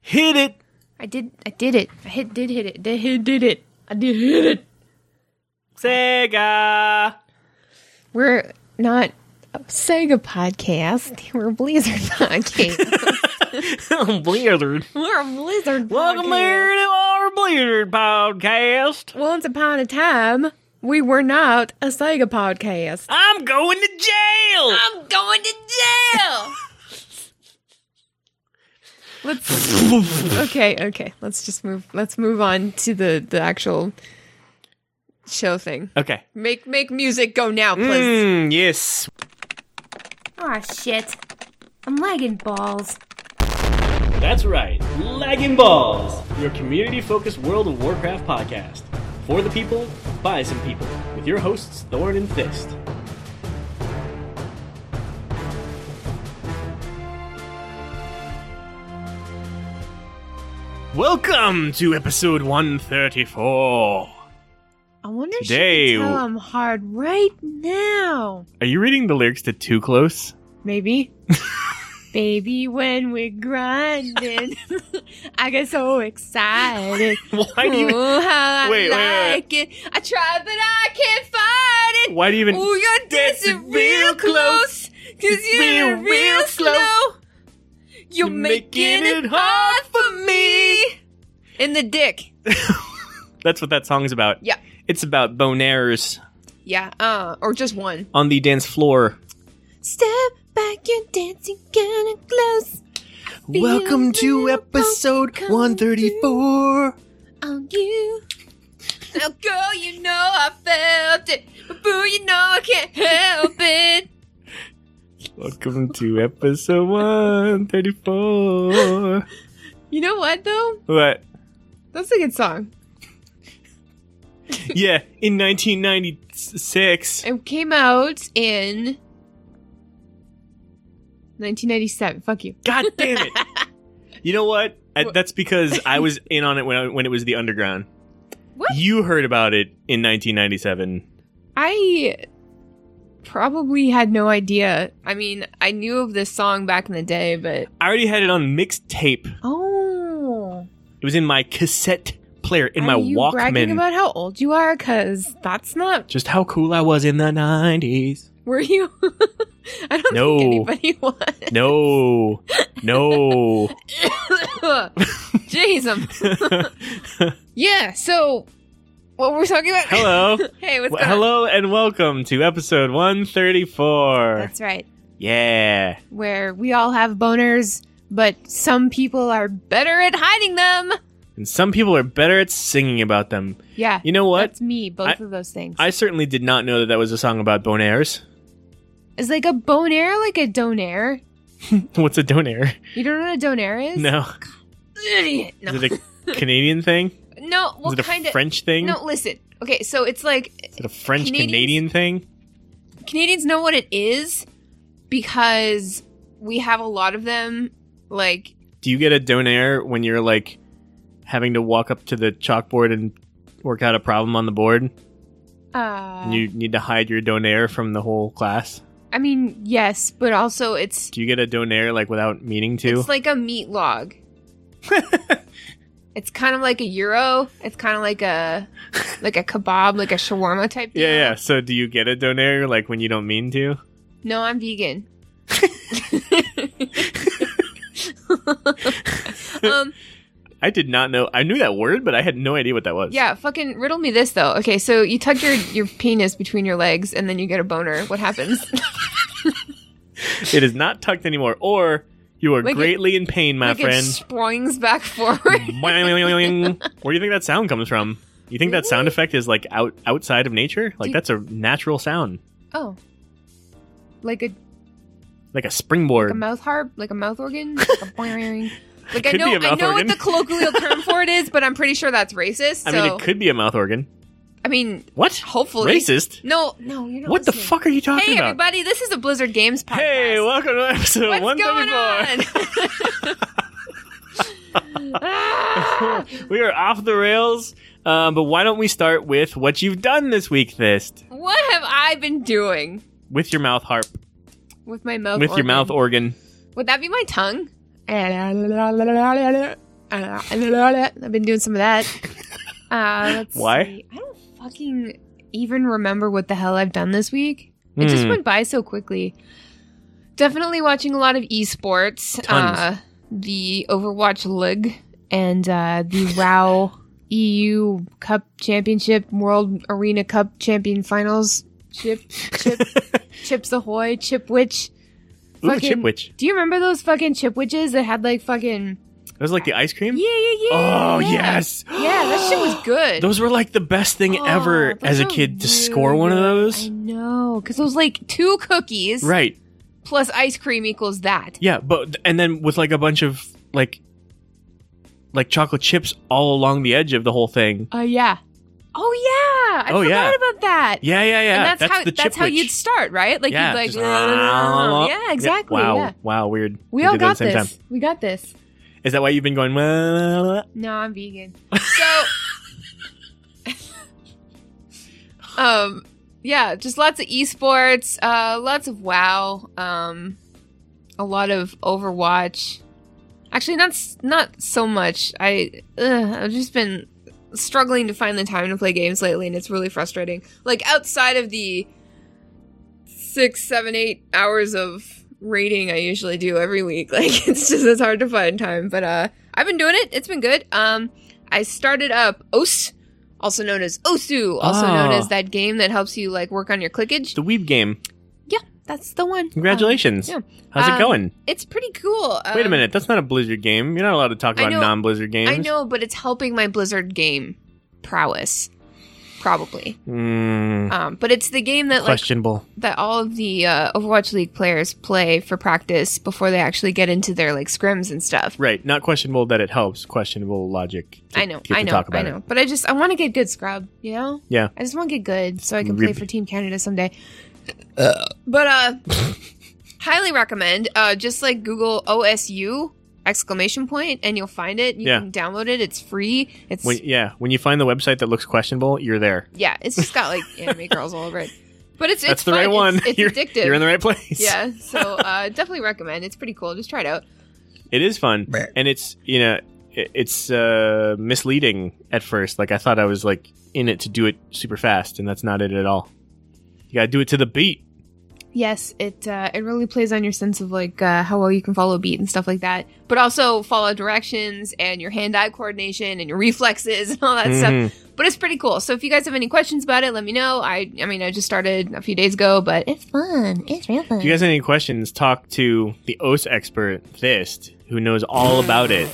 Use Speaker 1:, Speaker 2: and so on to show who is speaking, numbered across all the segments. Speaker 1: Hit it.
Speaker 2: I did. I did it. I hit. Did hit it. Did hit. Did it. I did hit it.
Speaker 1: Sega.
Speaker 2: We're not a Sega podcast. We're a Blizzard podcast.
Speaker 1: Blizzard.
Speaker 2: We're a Blizzard.
Speaker 1: Welcome
Speaker 2: podcast.
Speaker 1: here to our Blizzard podcast.
Speaker 2: Once upon a time, we were not a Sega podcast.
Speaker 1: I'm going to jail.
Speaker 2: I'm going to jail. let's okay, okay. Let's just move. Let's move on to the the actual show thing.
Speaker 1: Okay.
Speaker 2: Make make music go now, please.
Speaker 1: Mm, yes.
Speaker 3: Aw, shit. I'm lagging balls.
Speaker 4: That's right, Lagging Balls, your community focused World of Warcraft podcast. For the people, by some people, with your hosts, Thorn and Fist.
Speaker 1: Welcome to episode 134.
Speaker 2: I wonder if
Speaker 1: Today-
Speaker 2: she can tell I'm hard right now.
Speaker 1: Are you reading the lyrics to Too Close?
Speaker 2: Maybe. Baby, when we're grinding, I get so excited.
Speaker 1: Why do you
Speaker 2: Ooh, how I
Speaker 1: Wait, wait, wait.
Speaker 2: like it. I try, but I can't fight it.
Speaker 1: Why do you even
Speaker 2: Ooh, you're dancing real close. Cause
Speaker 1: It's
Speaker 2: you're
Speaker 1: real,
Speaker 2: real,
Speaker 1: real
Speaker 2: slow. You're
Speaker 1: You're
Speaker 2: making it hard for me. In the dick.
Speaker 1: That's what that song's about.
Speaker 2: Yeah.
Speaker 1: It's about bonaires
Speaker 2: Yeah. Uh, or just one.
Speaker 1: on the dance floor.
Speaker 2: Step back, you're dancing kinda close.
Speaker 1: Welcome to episode 134.
Speaker 2: on you. Now, girl, you know I felt it. But boo, you know I can't help it.
Speaker 1: Welcome to episode 134.
Speaker 2: You know what, though?
Speaker 1: What?
Speaker 2: That's a good song.
Speaker 1: Yeah, in 1996.
Speaker 2: It came out in 1997. Fuck you.
Speaker 1: God damn it. You know what? I, that's because I was in on it when, I, when it was the underground.
Speaker 2: What?
Speaker 1: You heard about it in 1997.
Speaker 2: I probably had no idea. I mean, I knew of this song back in the day, but.
Speaker 1: I already had it on mixtape.
Speaker 2: Oh.
Speaker 1: It was in my cassette player, in my
Speaker 2: are you bragging
Speaker 1: Walkman.
Speaker 2: about how old you are? Because that's not.
Speaker 1: Just how cool I was in the 90s.
Speaker 2: Were you? I don't
Speaker 1: No.
Speaker 2: think anybody was.
Speaker 1: No. No.
Speaker 2: Jeez. yeah, so what were we talking about?
Speaker 1: Hello.
Speaker 2: hey, what's
Speaker 1: Well,
Speaker 2: going on?
Speaker 1: hello and welcome to episode 134.
Speaker 2: That's right.
Speaker 1: yeah.
Speaker 2: Where we all have boners, but some people are better at hiding them.
Speaker 1: And some people are better at singing about them.
Speaker 2: Yeah.
Speaker 1: You know what?
Speaker 2: That's me, both
Speaker 1: I-
Speaker 2: of those things.
Speaker 1: I certainly did not know that that was a song about bonairs.
Speaker 2: is like a bonaire like a donaire?
Speaker 1: What's a donair?
Speaker 2: You don't know what a donaire is?
Speaker 1: No.
Speaker 2: Idiot. No.
Speaker 1: Is it a Canadian thing?
Speaker 2: no,
Speaker 1: Is
Speaker 2: what
Speaker 1: it a
Speaker 2: kind of
Speaker 1: French thing?
Speaker 2: No, listen. Okay, so it's like
Speaker 1: Is it a French
Speaker 2: Canadians-
Speaker 1: Canadian thing?
Speaker 2: Canadians know what it is because we have a lot of them like
Speaker 1: Do you get a donair when you're like having to walk up to the chalkboard and work out a problem on the board?
Speaker 2: uh
Speaker 1: and you need to hide your donair from the whole class?
Speaker 2: I mean, yes, but also it's
Speaker 1: Do you get a donair like without meaning to?
Speaker 2: it's like a meat log. it's kind of like a euro. It's kind of like a like a kebab, like a shawarma type.
Speaker 1: yeah,
Speaker 2: deal.
Speaker 1: yeah. So do you get a donair like when you don't mean to?
Speaker 2: No, I'm vegan. um
Speaker 1: I did not know. I knew that word, but I had no idea what that was.
Speaker 2: yeah, fucking riddle me this though. Okay, so you tuck your your penis between your legs and then you get a boner. What happens?
Speaker 1: It is not tucked anymore, or you are
Speaker 2: Like it-
Speaker 1: greatly in pain, my
Speaker 2: like it
Speaker 1: friend. Mm.
Speaker 2: springs back forward.
Speaker 1: Boing. Where do you think that sound comes from? You think that sound effect is like out outside of nature? Like
Speaker 2: Do-
Speaker 1: that's a natural sound,
Speaker 2: oh. Like a
Speaker 1: like a springboard.
Speaker 2: a mouth harp, like a mouth organ. Like, a boing. Like, I
Speaker 1: Could
Speaker 2: know,
Speaker 1: be a
Speaker 2: I
Speaker 1: mouth
Speaker 2: know
Speaker 1: organ.
Speaker 2: what the colloquial term for it is, but I'm pretty sure that's racist. So
Speaker 1: I mean, it could be a mouth organ.
Speaker 2: I mean,
Speaker 1: What?
Speaker 2: hopefully
Speaker 1: Racist?
Speaker 2: No, no, you're not.
Speaker 1: What the
Speaker 2: listening.
Speaker 1: fuck are you talking
Speaker 2: Hey,
Speaker 1: about?
Speaker 2: everybody! This is a Blizzard Games podcast.
Speaker 1: Hey, welcome to episode
Speaker 2: what's
Speaker 1: one thirty
Speaker 2: going
Speaker 1: four.
Speaker 2: on? Ah!
Speaker 1: we are off the rails, um, but why don't we start with what you've done this week, Thist?
Speaker 2: what have I been doing
Speaker 1: With your mouth harp,
Speaker 2: with my mouth?
Speaker 1: with your
Speaker 2: organ?
Speaker 1: mouth organ.
Speaker 2: Would that be my tongue? I don't know. I've been doing some of that. Uh, let's
Speaker 1: Why?
Speaker 2: see. I don't fucking even remember what the hell I've done this week. It just
Speaker 1: Hmm.
Speaker 2: went by so quickly. Definitely watching a lot of esports.
Speaker 1: Tons.
Speaker 2: Uh, the Overwatch League and uh, the WoW EU Cup Championship, World Arena Cup Champion Finals. Chip, chip, chips ahoy, chip witch.
Speaker 1: Ooh,
Speaker 2: Fucking-
Speaker 1: Chipwich.
Speaker 2: Do you remember those fucking chip witches that had like fucking
Speaker 1: That was like the ice cream?
Speaker 2: yeah yeah yeah?
Speaker 1: Oh,
Speaker 2: yeah.
Speaker 1: yes.
Speaker 2: Yeah, that shit was good.
Speaker 1: Those were like the best thing
Speaker 2: Oh,
Speaker 1: ever
Speaker 2: those
Speaker 1: as a
Speaker 2: are
Speaker 1: kid to
Speaker 2: really
Speaker 1: score one of
Speaker 2: good.
Speaker 1: those.
Speaker 2: I know, because it was like two cookies
Speaker 1: Right.
Speaker 2: plus ice cream equals that.
Speaker 1: Yeah, but and then with like a bunch of like like chocolate chips all along the edge of the whole thing.
Speaker 2: Oh yeah. Oh yeah. I
Speaker 1: Oh,
Speaker 2: forgot
Speaker 1: yeah.
Speaker 2: about that.
Speaker 1: Yeah, yeah, yeah.
Speaker 2: and that's, how
Speaker 1: the
Speaker 2: that's
Speaker 1: chip
Speaker 2: how
Speaker 1: witch.
Speaker 2: you'd start, right? Like
Speaker 1: yeah,
Speaker 2: you'd like
Speaker 1: just-
Speaker 2: yeah, exactly.
Speaker 1: Wow,
Speaker 2: yeah.
Speaker 1: wow, weird.
Speaker 2: We all
Speaker 1: did that
Speaker 2: got
Speaker 1: at the same
Speaker 2: this.
Speaker 1: time.
Speaker 2: We got this.
Speaker 1: Is that why you've been going? "Wah-la-la-la-la"?
Speaker 2: No, I'm vegan. So, um, yeah, just lots of esports, uh, lots of WoW, um, a lot of Overwatch. Actually, not s- not so much. I ugh, I've just been struggling to find the time to play games lately, and it's really frustrating. Like outside of the six, seven, eight hours of rating I usually do every week, like it's just it's hard to find time. But uh, I've been doing it. It's been good. Um, I started up Os, also known as Osu, also known
Speaker 1: Ah.
Speaker 2: as that game that helps you like work on your clickage.
Speaker 1: The Weeb game.
Speaker 2: That's the one.
Speaker 1: Congratulations.
Speaker 2: Um,
Speaker 1: How's
Speaker 2: um,
Speaker 1: it going?
Speaker 2: Um, it's pretty cool.
Speaker 1: Wait a
Speaker 2: Um,
Speaker 1: minute, that's not a Blizzard game. You're not allowed to talk
Speaker 2: I
Speaker 1: about
Speaker 2: know-
Speaker 1: non-Blizzard games.
Speaker 2: I know, but it's helping my Blizzard game prowess, probably.
Speaker 1: Mm,
Speaker 2: Um, but it's the game that like
Speaker 1: questionable.
Speaker 2: that all of the uh, Overwatch League players play for practice before they actually get into their like scrims and stuff.
Speaker 1: Right, not questionable that it helps. Questionable logic. to
Speaker 2: I know,
Speaker 1: get
Speaker 2: I
Speaker 1: to
Speaker 2: know,
Speaker 1: talk
Speaker 2: I
Speaker 1: about it.
Speaker 2: know. But I just I want to get good scrub, you know.
Speaker 1: Yeah.
Speaker 2: I just want to get good so I can play
Speaker 1: Rib-
Speaker 2: for Team Canada someday. But uh, highly recommend. Uh, just like Google OSU exclamation point and you'll find it. You
Speaker 1: Yeah.
Speaker 2: can download it. It's free. It's
Speaker 1: When, yeah, when you find the website that looks questionable, you're there.
Speaker 2: yeah. It's just got like anime girls all over it. But it's
Speaker 1: That's
Speaker 2: it's
Speaker 1: the
Speaker 2: fun.
Speaker 1: right one.
Speaker 2: It's, it's
Speaker 1: you're,
Speaker 2: addictive.
Speaker 1: You're in the right place.
Speaker 2: yeah. So uh, definitely recommend. It's pretty cool. Just try it out.
Speaker 1: It is fun, and it's you know it- it's uh, misleading at first. Like I thought I was like in it to do it super fast, and that's not it at all. You gotta do it to the beat.
Speaker 2: Yes, it uh, it really plays on your sense of like uh, how well you can follow a beat and stuff like that, but also follow directions and your hand-eye coordination and your reflexes and all that stuff.
Speaker 1: Mhm.
Speaker 2: But it's pretty cool. So if you guys have any questions about it, let me know. I I mean I just started a few days ago, but it's fun. It's real fun.
Speaker 1: If you guys have any questions, talk to the OS expert Fist, who knows all about it.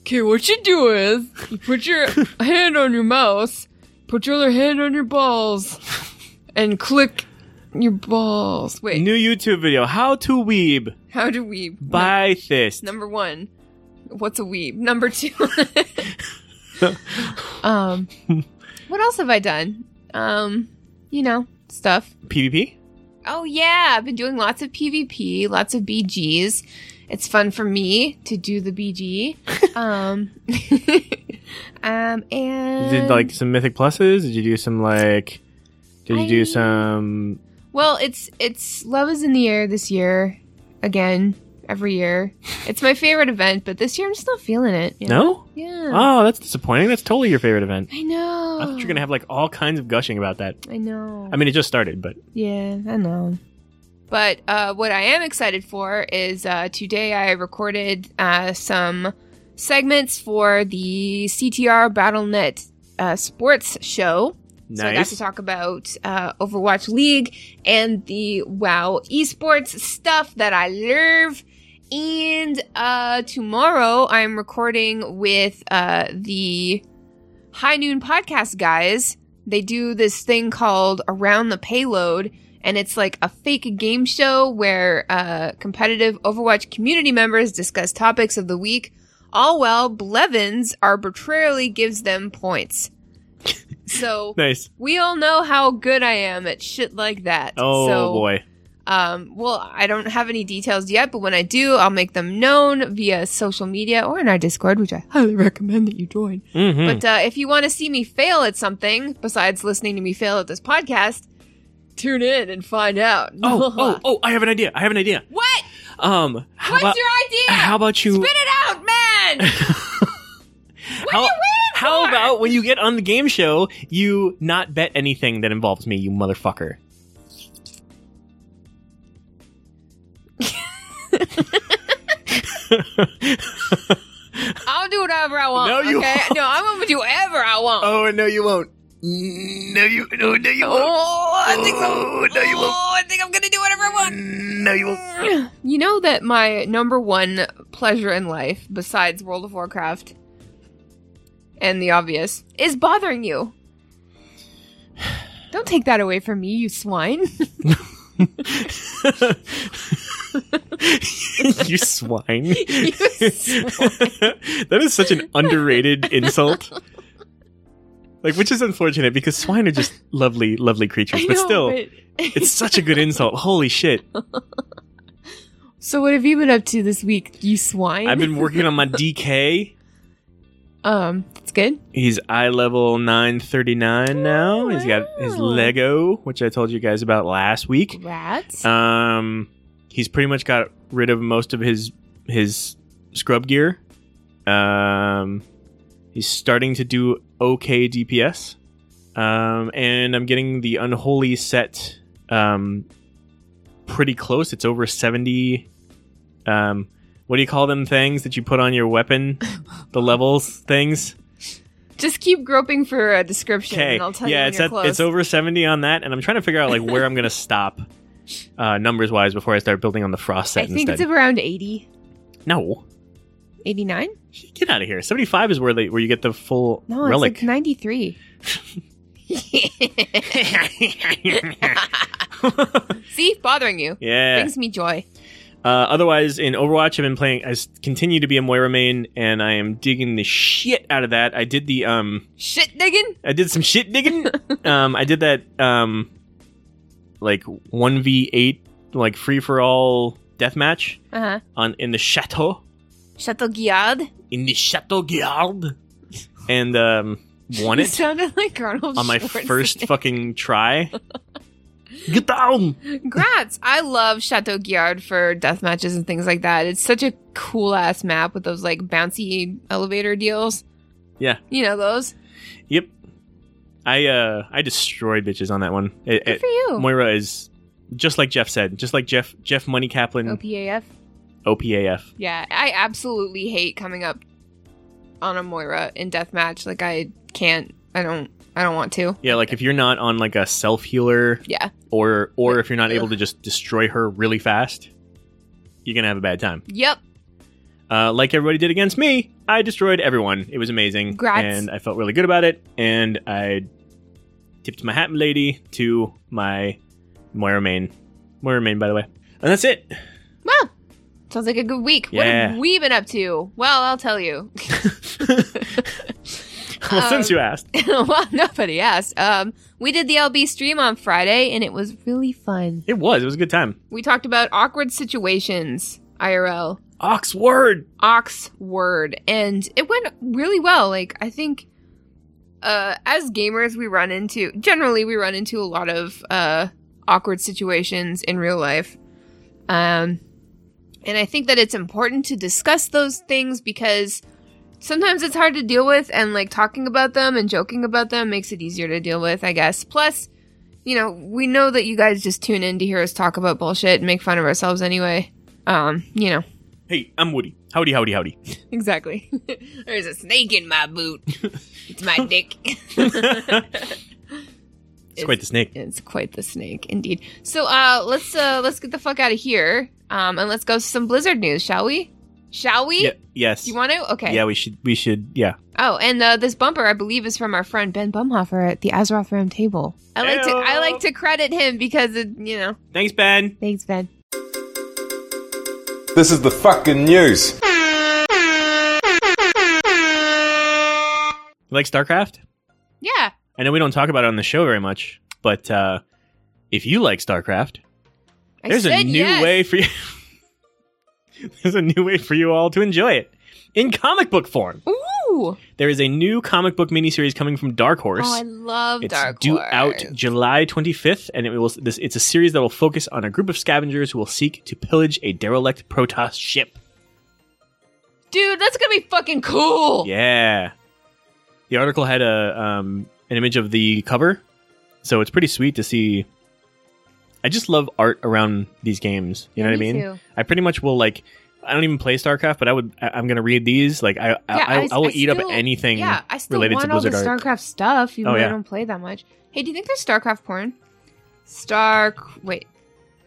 Speaker 2: Okay, what you do is you put your hand on your mouse, put your other hand on your balls, and click your balls. Wait,
Speaker 1: New YouTube video: How to Weeb
Speaker 2: how do we
Speaker 1: by Fist.
Speaker 2: Number one, what's a weeb? Number two, um, what else have I done? Um, you know, stuff.
Speaker 1: PvP.
Speaker 2: Oh yeah, I've been doing lots of PvP, lots of BGs. It's fun for me to do the BG. Um, um,
Speaker 1: You
Speaker 2: and
Speaker 1: did like some Mythic pluses. Did you do some like? Did you
Speaker 2: I-
Speaker 1: do some?
Speaker 2: Well, it's it's love is in the air this year, again every year. It's my favorite event, but this year I'm just not feeling it. you know?
Speaker 1: No.
Speaker 2: Yeah.
Speaker 1: Oh, that's disappointing. That's totally your favorite event.
Speaker 2: I know.
Speaker 1: I thought you were gonna have like all kinds of gushing about that.
Speaker 2: I know.
Speaker 1: I mean, it just started, but
Speaker 2: yeah, I know. But uh, what I am excited for is uh, today I recorded uh, some segments for the CTR BattleNet uh, sports show. So I got
Speaker 1: nice.
Speaker 2: to talk about uh, Overwatch League and the WoW esports stuff that I love. And uh, tomorrow I'm recording with uh, the High Noon Podcast guys. They do this thing called Around the Payload, and it's like a fake game show where uh, competitive Overwatch community members discuss topics of the week. All while Blevins arbitrarily gives them points. So
Speaker 1: nice.
Speaker 2: we all know how good I am at shit like that.
Speaker 1: Oh
Speaker 2: so,
Speaker 1: boy.
Speaker 2: Um, well, I don't have any details yet, but when I do, I'll make them known via social media or in our Discord, which I highly recommend that you join.
Speaker 1: hmm
Speaker 2: But uh, if you want to see me fail at something besides listening to me fail at this podcast, tune in and find out.
Speaker 1: oh, oh, oh! I have an idea. I have an idea.
Speaker 2: what?
Speaker 1: Um, how
Speaker 2: What's
Speaker 1: about
Speaker 2: your idea?
Speaker 1: how about you?
Speaker 2: Spit it out, man! win.
Speaker 1: How, how about when you get on the game show, you not bet anything that involves me, you motherfucker?
Speaker 2: I'll do whatever I want.
Speaker 1: No, you
Speaker 2: okay? No, I'm gonna do whatever I want.
Speaker 1: oh no, you won't. No, you no, no, you
Speaker 2: Oh, I think so.
Speaker 1: Oh, no, you Mm. won't.
Speaker 2: Oh, I think I'm gonna do whatever I want.
Speaker 1: No, you won't.
Speaker 2: You know that my number one pleasure in life, besides World of Warcraft and the obvious, is bothering you. Don't take that away from me, you swine.
Speaker 1: you swine.
Speaker 2: You swine.
Speaker 1: that is such an underrated insult. Like, which is unfortunate because swine are just lovely, lovely creatures.
Speaker 2: I
Speaker 1: but
Speaker 2: know,
Speaker 1: still,
Speaker 2: but-
Speaker 1: it's such a good insult. Holy shit.
Speaker 2: so what have you been up to this week, you swine?
Speaker 1: I've been working on my DK.
Speaker 2: um, it's good.
Speaker 1: He's eye level 939 now. He's got his
Speaker 2: Oh, Wow.
Speaker 1: Lego, which I told you guys about last week.
Speaker 2: Rats.
Speaker 1: Um, he's pretty much got rid of most of his his scrub gear. Um, he's starting to do okay DPS. Um, and I'm getting the unholy set um, pretty close. It's over 70. Um, what do you call them things that you put on your weapon? the levels things?
Speaker 2: Just keep groping for a description,
Speaker 1: Okay.
Speaker 2: and I'll tell you
Speaker 1: Yeah,
Speaker 2: when
Speaker 1: it's
Speaker 2: you're
Speaker 1: at,
Speaker 2: close.
Speaker 1: it's over seventy on that, and I'm trying to figure out like where I'm gonna stop, uh, numbers wise, before I start building on the frost set
Speaker 2: I think
Speaker 1: instead.
Speaker 2: it's around 80,
Speaker 1: no,
Speaker 2: 89.
Speaker 1: get out of here. Seventy five is where they where you get the full
Speaker 2: No,
Speaker 1: relic.
Speaker 2: it's like 93. See, bothering you
Speaker 1: yeah.
Speaker 2: brings me joy.
Speaker 1: Uh, otherwise, in Overwatch, I've been playing. I s- continue to be a Moira main, and I am digging the shit out of that. I did the um.
Speaker 2: Shit digging.
Speaker 1: I did some shit digging. um, I did that um, like one v eight like free for all deathmatch
Speaker 2: Uh huh.
Speaker 1: on in the chateau
Speaker 2: Chateau Guillard.
Speaker 1: in the chateau guild, and um, won
Speaker 2: You
Speaker 1: it
Speaker 2: sounded like Arnold
Speaker 1: on my
Speaker 2: Schwarzenegger.
Speaker 1: first fucking try. Get down!
Speaker 2: Grats! I love Chateau Guillard for death matches and things like that. It's such a cool ass map with those like bouncy elevator deals.
Speaker 1: Yeah.
Speaker 2: You know those.
Speaker 1: Yep, I uh I destroyed bitches on that one. It-
Speaker 2: Good
Speaker 1: it-
Speaker 2: for you.
Speaker 1: Moira is just like Jeff said, just like Jeff Jeff Money Kaplan
Speaker 2: OPAF.
Speaker 1: OPAF.
Speaker 2: Yeah, I absolutely hate coming up on a Moira in deathmatch. Like I can't. I don't. I don't want to.
Speaker 1: Yeah, like if you're not on like a self healer
Speaker 2: Yeah.
Speaker 1: or or if you're not able to just destroy her really fast, you're gonna have a bad time.
Speaker 2: Yep.
Speaker 1: Uh, like everybody did against me, I destroyed everyone. It was amazing,
Speaker 2: Grats.
Speaker 1: and I felt really good about it. And I tipped my hat, lady, to my Moira main. Moira main, by the way, and that's it.
Speaker 2: Well, sounds like a good week. What
Speaker 1: Yeah.
Speaker 2: have we been up to? Well, I'll tell you.
Speaker 1: Well,
Speaker 2: Um,
Speaker 1: since you asked,
Speaker 2: well, nobody asked. Um, we did the LB stream on Friday, and it was really fun.
Speaker 1: it was it was a good time.
Speaker 2: We talked about awkward situations, IRL,
Speaker 1: Oxword.
Speaker 2: ox word, and it went really well. Like I think, uh, as gamers, we run into generally we run into a lot of uh, awkward situations in real life, um, and I think that it's important to discuss those things because sometimes it's hard to deal with, and like talking about them and joking about them makes it easier to deal with, I guess. Plus. You know, we know that you guys just tune in to hear us talk about bullshit and make fun of ourselves anyway. Um, you know,
Speaker 1: Hey, I'm Woody. Howdy, howdy, howdy.
Speaker 2: Exactly. There's a snake in my boot. It's my dick.
Speaker 1: It's quite the snake.
Speaker 2: It's quite the snake, indeed. So uh, let's uh, let's get the fuck out of here, um, and let's go to some Blizzard news, shall we? Shall we?
Speaker 1: Yeah, yes.
Speaker 2: You want to? Okay.
Speaker 1: Yeah, we should. We should. Yeah.
Speaker 2: Oh, and uh, this bumper, I believe, is from our friend Ben Bumhofer at the Azeroth Round Table. I like to I like to credit him because it, you know.
Speaker 1: Thanks, Ben.
Speaker 2: Thanks, Ben.
Speaker 5: This is the fucking news.
Speaker 1: You like StarCraft?
Speaker 2: Yeah.
Speaker 1: I know we don't talk about it on the show very much, but uh, if you like StarCraft,
Speaker 2: I
Speaker 1: there's a
Speaker 2: said
Speaker 1: new
Speaker 2: yes.
Speaker 1: way for you. there's a new way for you all to enjoy it in comic book form.
Speaker 2: Ooh.
Speaker 1: There is a new comic book miniseries coming from Dark Horse.
Speaker 2: Oh, I love
Speaker 1: it's
Speaker 2: Dark
Speaker 1: due
Speaker 2: Horse.
Speaker 1: out July 25th, and it will. This it's a series that will focus on a group of scavengers who will seek to pillage a derelict Protoss ship.
Speaker 2: Dude, that's gonna be fucking cool.
Speaker 1: Yeah. The article had a um, an image of the cover, so it's pretty sweet to see. I just love art around these games. You know what I
Speaker 2: Me
Speaker 1: mean?
Speaker 2: too.
Speaker 1: I pretty much will like. I don't even play StarCraft, but I would. I, I'm gonna read these. Like I, I, I, I,
Speaker 2: I-
Speaker 1: will
Speaker 2: I
Speaker 1: eat
Speaker 2: still-
Speaker 1: up anything.
Speaker 2: Yeah, I still
Speaker 1: related to
Speaker 2: want all the
Speaker 1: Blizzard art.
Speaker 2: StarCraft stuff, even
Speaker 1: Oh,
Speaker 2: though
Speaker 1: yeah.
Speaker 2: I don't play that much. Hey, do you think there's StarCraft porn? Star wait.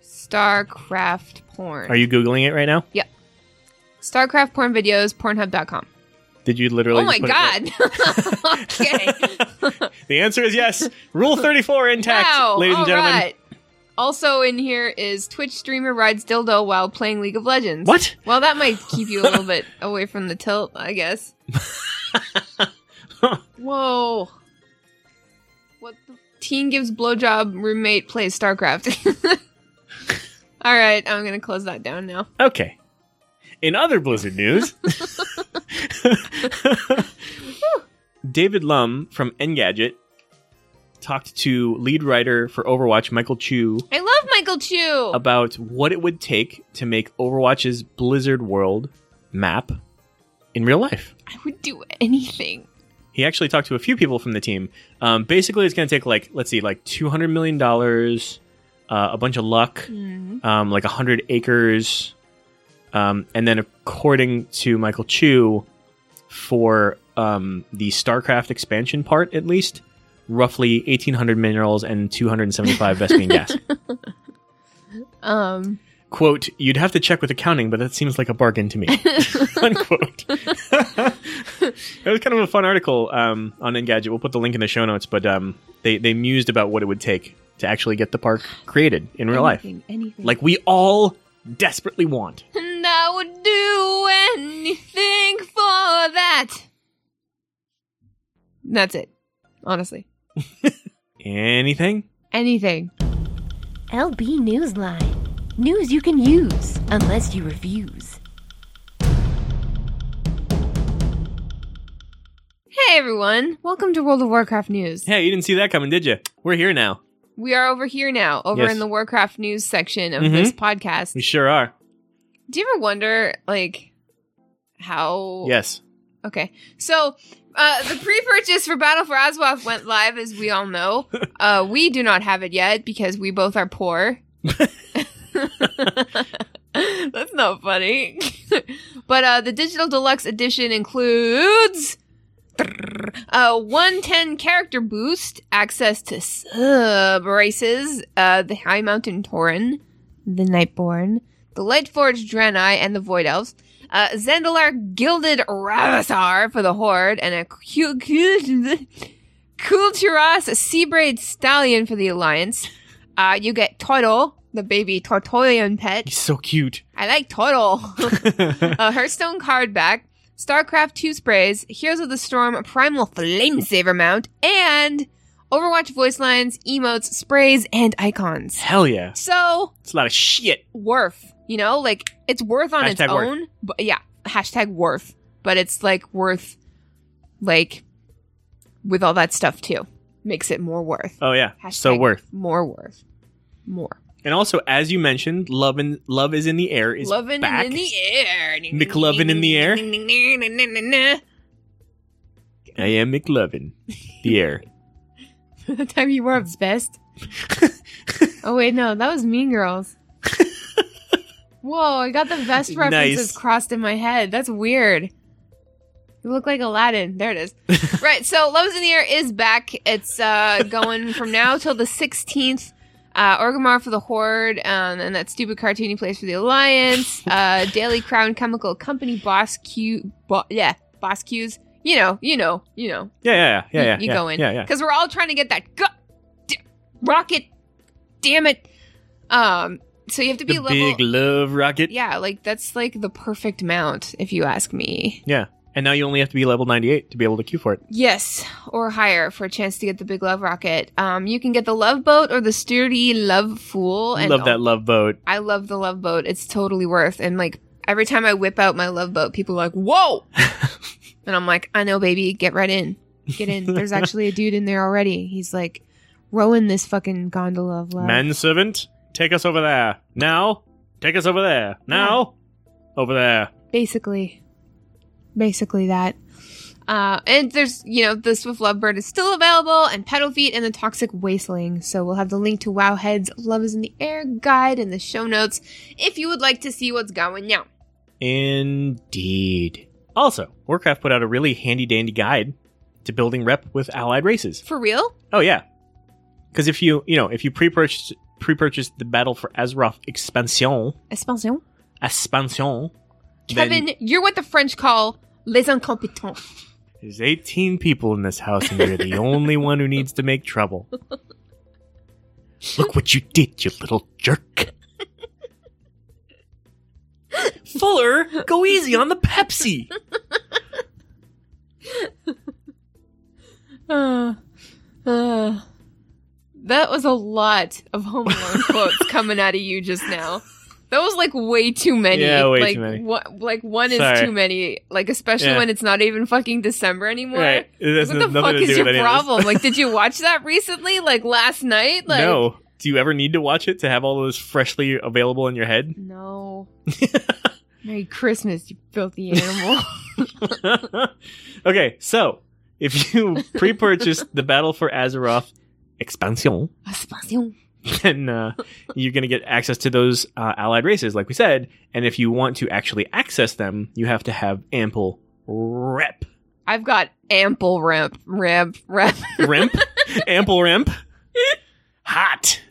Speaker 2: StarCraft porn.
Speaker 1: Are you googling it right now?
Speaker 2: StarCraft porn videos, pornhub.com.
Speaker 1: Did you literally?
Speaker 2: oh my
Speaker 1: just put it right-
Speaker 2: god. okay.
Speaker 1: the answer is yes. Rule 34 intact,
Speaker 2: Wow.
Speaker 1: ladies and
Speaker 2: all
Speaker 1: gentlemen.
Speaker 2: right. Also in here is Twitch streamer rides dildo while playing League of Legends.
Speaker 1: What?
Speaker 2: Well, that might keep you a little bit away from the tilt, I guess. Whoa. What the teen gives blowjob roommate plays StarCraft. All right, I'm going to close that down now.
Speaker 1: Okay. In other Blizzard news, David Lum from Engadget talked to lead writer for Overwatch, Michael Chu,
Speaker 2: I love Michael Chu.
Speaker 1: about what it would take to make Overwatch's Blizzard World map in real life.
Speaker 2: I would do anything.
Speaker 1: He actually talked to a few people from the team. Um, basically, it's going to take like let's see, like two hundred million dollars, uh, a bunch of luck, um, like hundred acres, um, and then according to Michael Chu, for um, the StarCraft expansion part at least, roughly eighteen hundred minerals and two hundred and seventy-five Vespian gas.
Speaker 2: Um
Speaker 1: Quote: You'd have to check with accounting, but that seems like a bargain to me. Unquote. it was kind of a fun article um, on Engadget. We'll put the link in the show notes, but um, they they mused about what it would take to actually get the park created in real life,
Speaker 2: anything, Anything.
Speaker 1: like we all desperately want.
Speaker 2: and I would do anything for that. That's it. Honestly.
Speaker 1: Anything?
Speaker 2: Anything.
Speaker 3: LB Newsline. News you can use, unless you refuse.
Speaker 2: Hey everyone. Welcome to World of Warcraft news.
Speaker 1: Hey, you didn't see that coming, did you? We're here now.
Speaker 2: We are over here now, over
Speaker 1: Yes.
Speaker 2: in the Warcraft news section of
Speaker 1: Mhm.
Speaker 2: this podcast.
Speaker 1: We sure are.
Speaker 2: Do you ever wonder, like, how?
Speaker 1: Yes.
Speaker 2: Okay. So, uh, the pre-purchase for Battle for Azeroth went live, as we all know. Uh, we do not have it yet because we both are poor. That's not funny. but uh, the digital deluxe edition includes a 110 character boost, access to sub races, uh, the High Mountain Tauren, the Nightborn, the Lightforged Draenei, and the Void Elves. Uh, Zandalar Gilded Ravasar for the Horde, and a Cu- Cu- Kulturas Seabraid Stallion for the Alliance. Uh, you get Toro, the baby Tortoian pet.
Speaker 1: He's so cute.
Speaker 2: I like Toro. a Hearthstone card back, StarCraft 2 sprays, Heroes of the Storm Primal Flamesaver mount, and Overwatch voice lines, emotes, sprays, and icons.
Speaker 1: Hell yeah.
Speaker 2: So,
Speaker 1: It's a lot of shit.
Speaker 2: worth, you know, like it's worth on its
Speaker 1: Hashtag worth.
Speaker 2: own. But yeah, hashtag worth. But it's like worth, like, with all that stuff too. Makes it more worth.
Speaker 1: Oh yeah. So
Speaker 2: Hashtag
Speaker 1: worth.
Speaker 2: More worth. More.
Speaker 1: And also, as you mentioned, love and love is in the air is
Speaker 2: Lovin'
Speaker 1: back.
Speaker 2: in the air.
Speaker 1: McLovin in the air?
Speaker 2: air.
Speaker 1: I am McLovin. The air.
Speaker 2: the time you wore up best. oh wait, no, that was Mean Girls. Whoa, I got the vest references
Speaker 1: Nice.
Speaker 2: crossed in my head. That's weird. You look like Aladdin. There it is. right, so Love's in the Air is back. It's uh, going from now till the 16th. Uh, Orgrimmar for the Horde, um, and that stupid cartoon he plays for the Alliance. Uh, Daily Crown Chemical Company Boss Q, bo- yeah, Boss Q's. You know, you know, you know
Speaker 1: Yeah, yeah, yeah, yeah. yeah
Speaker 2: you, you
Speaker 1: yeah,
Speaker 2: go in.
Speaker 1: Yeah, yeah.
Speaker 2: Because we're all trying to get that go- d- rocket. Damn it. Um. So you have to be
Speaker 1: The
Speaker 2: level.
Speaker 1: big love rocket.
Speaker 2: yeah, like that's like the perfect mount, if you ask me.
Speaker 1: Yeah. And now you only have to be level 98 to be able to queue for it.
Speaker 2: Yes, or higher for a chance to get the big love rocket. Um, you can get the love boat or the sturdy love fool. And
Speaker 1: love that love boat.
Speaker 2: I love the love boat. It's totally worth. And like every time I whip out my love boat, people are like, "Whoa!" and I'm like, "I know, baby. Get right in. Get in." There's actually a dude in there already. He's like rowing this fucking gondola of love.
Speaker 1: Manservant, take us over there. Now, take us over there. Now, over there.
Speaker 2: Basically, basically that. Uh, and there's, you know, the Swift Lovebird is still available, and Pedal Feet and the Toxic Wasteling. So we'll have the link to Wowhead's Love is in the Air guide in the show notes if you would like to see what's going on.
Speaker 1: Indeed. Also, Warcraft put out a really handy dandy guide to building rep with allied races.
Speaker 2: For real?
Speaker 1: Oh yeah, because if you you know if you pre-purchased pre-purchased the Battle for Azeroth expansion
Speaker 2: Expansion.
Speaker 1: expansion,
Speaker 2: Kevin,
Speaker 1: then
Speaker 2: you're what the French call les incompétents.
Speaker 1: there's 18 people in this house, and you're the only one who needs to make trouble. Look what you did, you little jerk! Fuller, go easy on the Pepsi.
Speaker 2: Uh, uh. That was a lot of Home Alone quotes coming out of you just now. That was like way too many.
Speaker 1: Yeah, way too
Speaker 2: like,
Speaker 1: many.
Speaker 2: wha- like one is
Speaker 1: Sorry.
Speaker 2: too many. Like especially
Speaker 1: Yeah.
Speaker 2: when it's not even fucking December anymore.
Speaker 1: Right, it has
Speaker 2: what the
Speaker 1: nothing
Speaker 2: fuck
Speaker 1: to do
Speaker 2: is
Speaker 1: with
Speaker 2: your
Speaker 1: any of this.
Speaker 2: problem? like, did you watch that recently? Like last night? Like
Speaker 1: no, do you ever need to watch it to have all those freshly available in your head?
Speaker 2: No. Merry Christmas, you filthy animal.
Speaker 1: okay, so if you pre-purchase the Battle for Azeroth expansion,
Speaker 2: Expansion.
Speaker 1: then uh, you're going to get access to those uh, allied races, like we said. And if you want to actually access them, you have to have ample rep,
Speaker 2: I've got ample ramp, ramp, ramp.
Speaker 1: rimp, ample rimp, hot.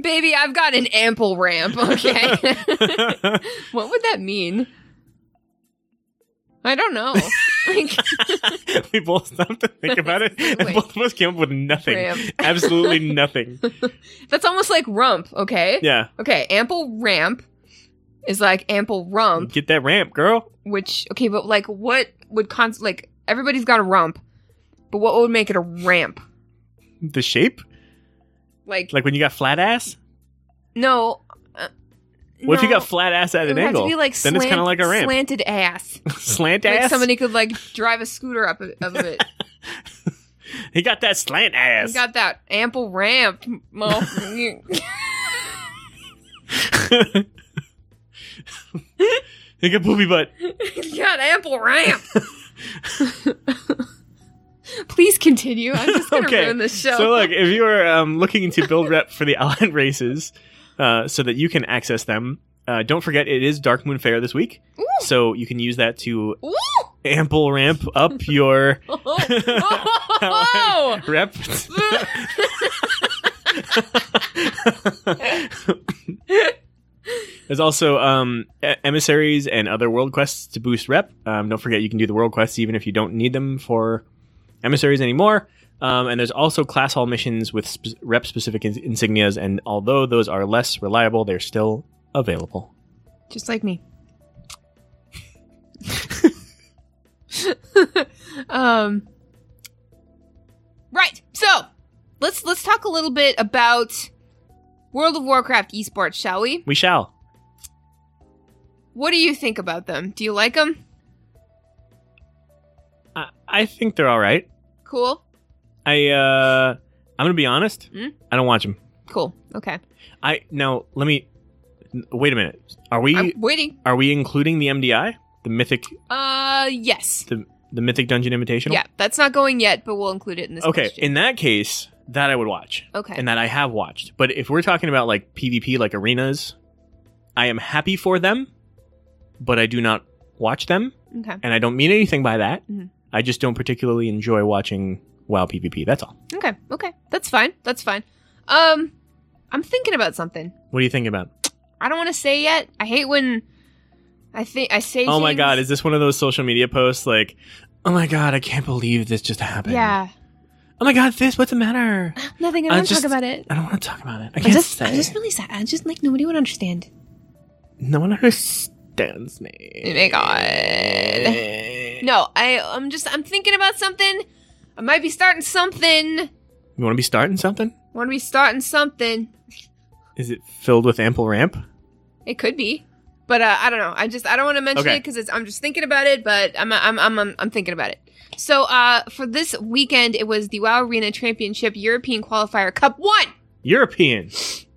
Speaker 2: Baby, I've got an ample ramp, okay? what would that mean? I don't know. Like,
Speaker 1: we both stopped to think about it, and
Speaker 2: Wait.
Speaker 1: both of us came up with nothing.
Speaker 2: Ramp.
Speaker 1: Absolutely nothing.
Speaker 2: that's almost like rump, okay?
Speaker 1: Yeah,
Speaker 2: Okay, ample ramp is like ample rump,
Speaker 1: get that ramp, girl.
Speaker 2: which, okay, but like what would cons like everybody's got a rump, but what would make it a ramp?
Speaker 1: The shape,
Speaker 2: Like,
Speaker 1: like when you got flat ass.
Speaker 2: no. uh,
Speaker 1: What if you
Speaker 2: no,
Speaker 1: got flat ass at
Speaker 2: it
Speaker 1: an
Speaker 2: would have
Speaker 1: angle?
Speaker 2: to be like
Speaker 1: then it's kind of
Speaker 2: slant-
Speaker 1: like a ramp.
Speaker 2: slanted ass.
Speaker 1: Slant,
Speaker 2: Like
Speaker 1: ass.
Speaker 2: somebody could like drive a scooter up of of it.
Speaker 1: He got that slant
Speaker 2: You
Speaker 1: ass.
Speaker 2: got that ample ramp, Mo.
Speaker 1: he got booby butt.
Speaker 2: You got ample ramp. Please continue. I'm just gonna
Speaker 1: Okay,
Speaker 2: ruin this show.
Speaker 1: So uh, look, if you are um, looking to build rep for the Allied races, uh, so that you can access them, uh, don't forget it is Dark Moon Fair this week,
Speaker 2: Ooh.
Speaker 1: so you can use that to
Speaker 2: Ooh!
Speaker 1: ample ramp up your
Speaker 2: Oh, oh,
Speaker 1: rep. There's also um, e- emissaries and other world quests to boost rep. Um, don't forget you can do the world quests even if you don't need them for emissaries anymore. Um, and there's also class hall missions with sp- rep specific ins- insignias, and although those are less reliable, they're still available.
Speaker 2: Just like me. um, right. So let's let's talk a little bit about World of Warcraft esports, shall we?
Speaker 1: We shall.
Speaker 2: What do you think about them? Do you like them?
Speaker 1: I, I think they're all right.
Speaker 2: Cool.
Speaker 1: I uh, I'm gonna be honest.
Speaker 2: Hmm?
Speaker 1: I don't watch them.
Speaker 2: Cool. Okay.
Speaker 1: I now let me n- wait a minute. Are we
Speaker 2: I'm waiting.
Speaker 1: are we including the MDI, the mythic,
Speaker 2: Uh, yes.
Speaker 1: the mythic dungeon invitational?
Speaker 2: Yeah, that's not going yet, but we'll include it in this.
Speaker 1: Okay,
Speaker 2: question.
Speaker 1: in that case, that I would watch,
Speaker 2: okay.
Speaker 1: and that I have watched. But if we're talking about like PvP, like arenas, I am happy for them, but I do not watch them,
Speaker 2: okay.
Speaker 1: and I don't mean anything by that.
Speaker 2: Mhm.
Speaker 1: I just don't particularly enjoy watching WoW PvP. That's all.
Speaker 2: Okay. Okay. That's fine. That's fine. Um, I'm thinking about something.
Speaker 1: What do you think about?
Speaker 2: I don't want to say yet. I hate when I think I say.
Speaker 1: Oh my
Speaker 2: things-
Speaker 1: god, is this one of those social media posts like, oh my god, I can't believe this just happened?
Speaker 2: yeah.
Speaker 1: Oh my god, this, what's the matter?
Speaker 2: Nothing. I
Speaker 1: I
Speaker 2: don't want to
Speaker 1: just-
Speaker 2: talk about it.
Speaker 1: I don't want to talk about it. I
Speaker 2: I'm
Speaker 1: can't
Speaker 2: just,
Speaker 1: say.
Speaker 2: I'm just really sad. I just like nobody would understand.
Speaker 1: No one understands me.
Speaker 2: Oh my god. No, I. I'm just. I'm thinking about something. I might be starting something.
Speaker 1: You want to be starting something?
Speaker 2: Want to be starting something?
Speaker 1: Is it filled with ample ramp?
Speaker 2: It could be, but uh, I don't know. I just I don't want to mention
Speaker 1: Okay.
Speaker 2: it because it's I'm just thinking about it. But I'm I'm I'm I'm, I'm thinking about it. So uh, for this weekend, it was the WoW Arena Championship European Qualifier Cup One.
Speaker 1: European.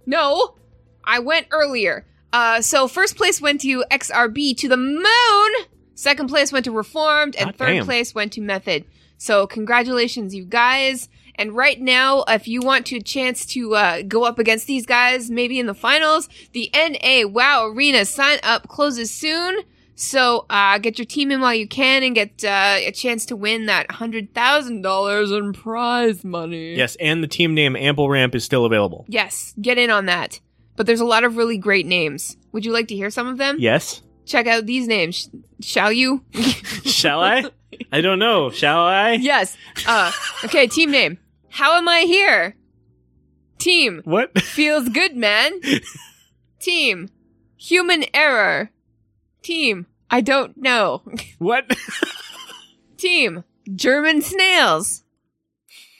Speaker 2: No, I went earlier. Uh, so first place went to XRB to the moon. Second place went to Reformed, and
Speaker 1: God
Speaker 2: third
Speaker 1: damn.
Speaker 2: place went to Method. So congratulations, you guys! And right now, if you want to chance to uh, go up against these guys, maybe in the finals, the NA Wow Arena sign up closes soon. So uh, get your team in while you can and get uh, a chance to win that hundred thousand dollars in prize money.
Speaker 1: Yes, and the team name Ample Ramp is still available.
Speaker 2: Yes, get in on that. But there's a lot of really great names. Would you like to hear some of them?
Speaker 1: Yes.
Speaker 2: Check out these names, sh- shall you?
Speaker 1: Shall I? I don't know. Shall I?
Speaker 2: yes. Uh, okay, team name. How am I here? Team.
Speaker 1: What?
Speaker 2: Feels good, man. team. Human error. Team. I don't know.
Speaker 1: What?
Speaker 2: Team. German snails.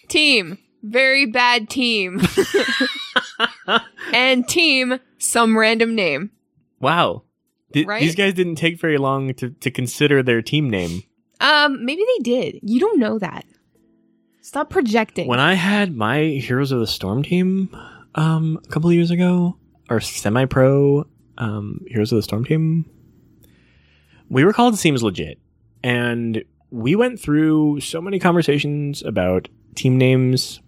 Speaker 2: Team. Very bad team. and team. Some random name.
Speaker 1: wow. Th-
Speaker 2: Right?
Speaker 1: These guys didn't take very long to, to consider their team name.
Speaker 2: Um, maybe they did. You don't know that. Stop projecting.
Speaker 1: When I had my Heroes of the Storm team um, a couple of years ago, or semi pro um, Heroes of the Storm team, we were called Seems Legit. And we went through so many conversations about team names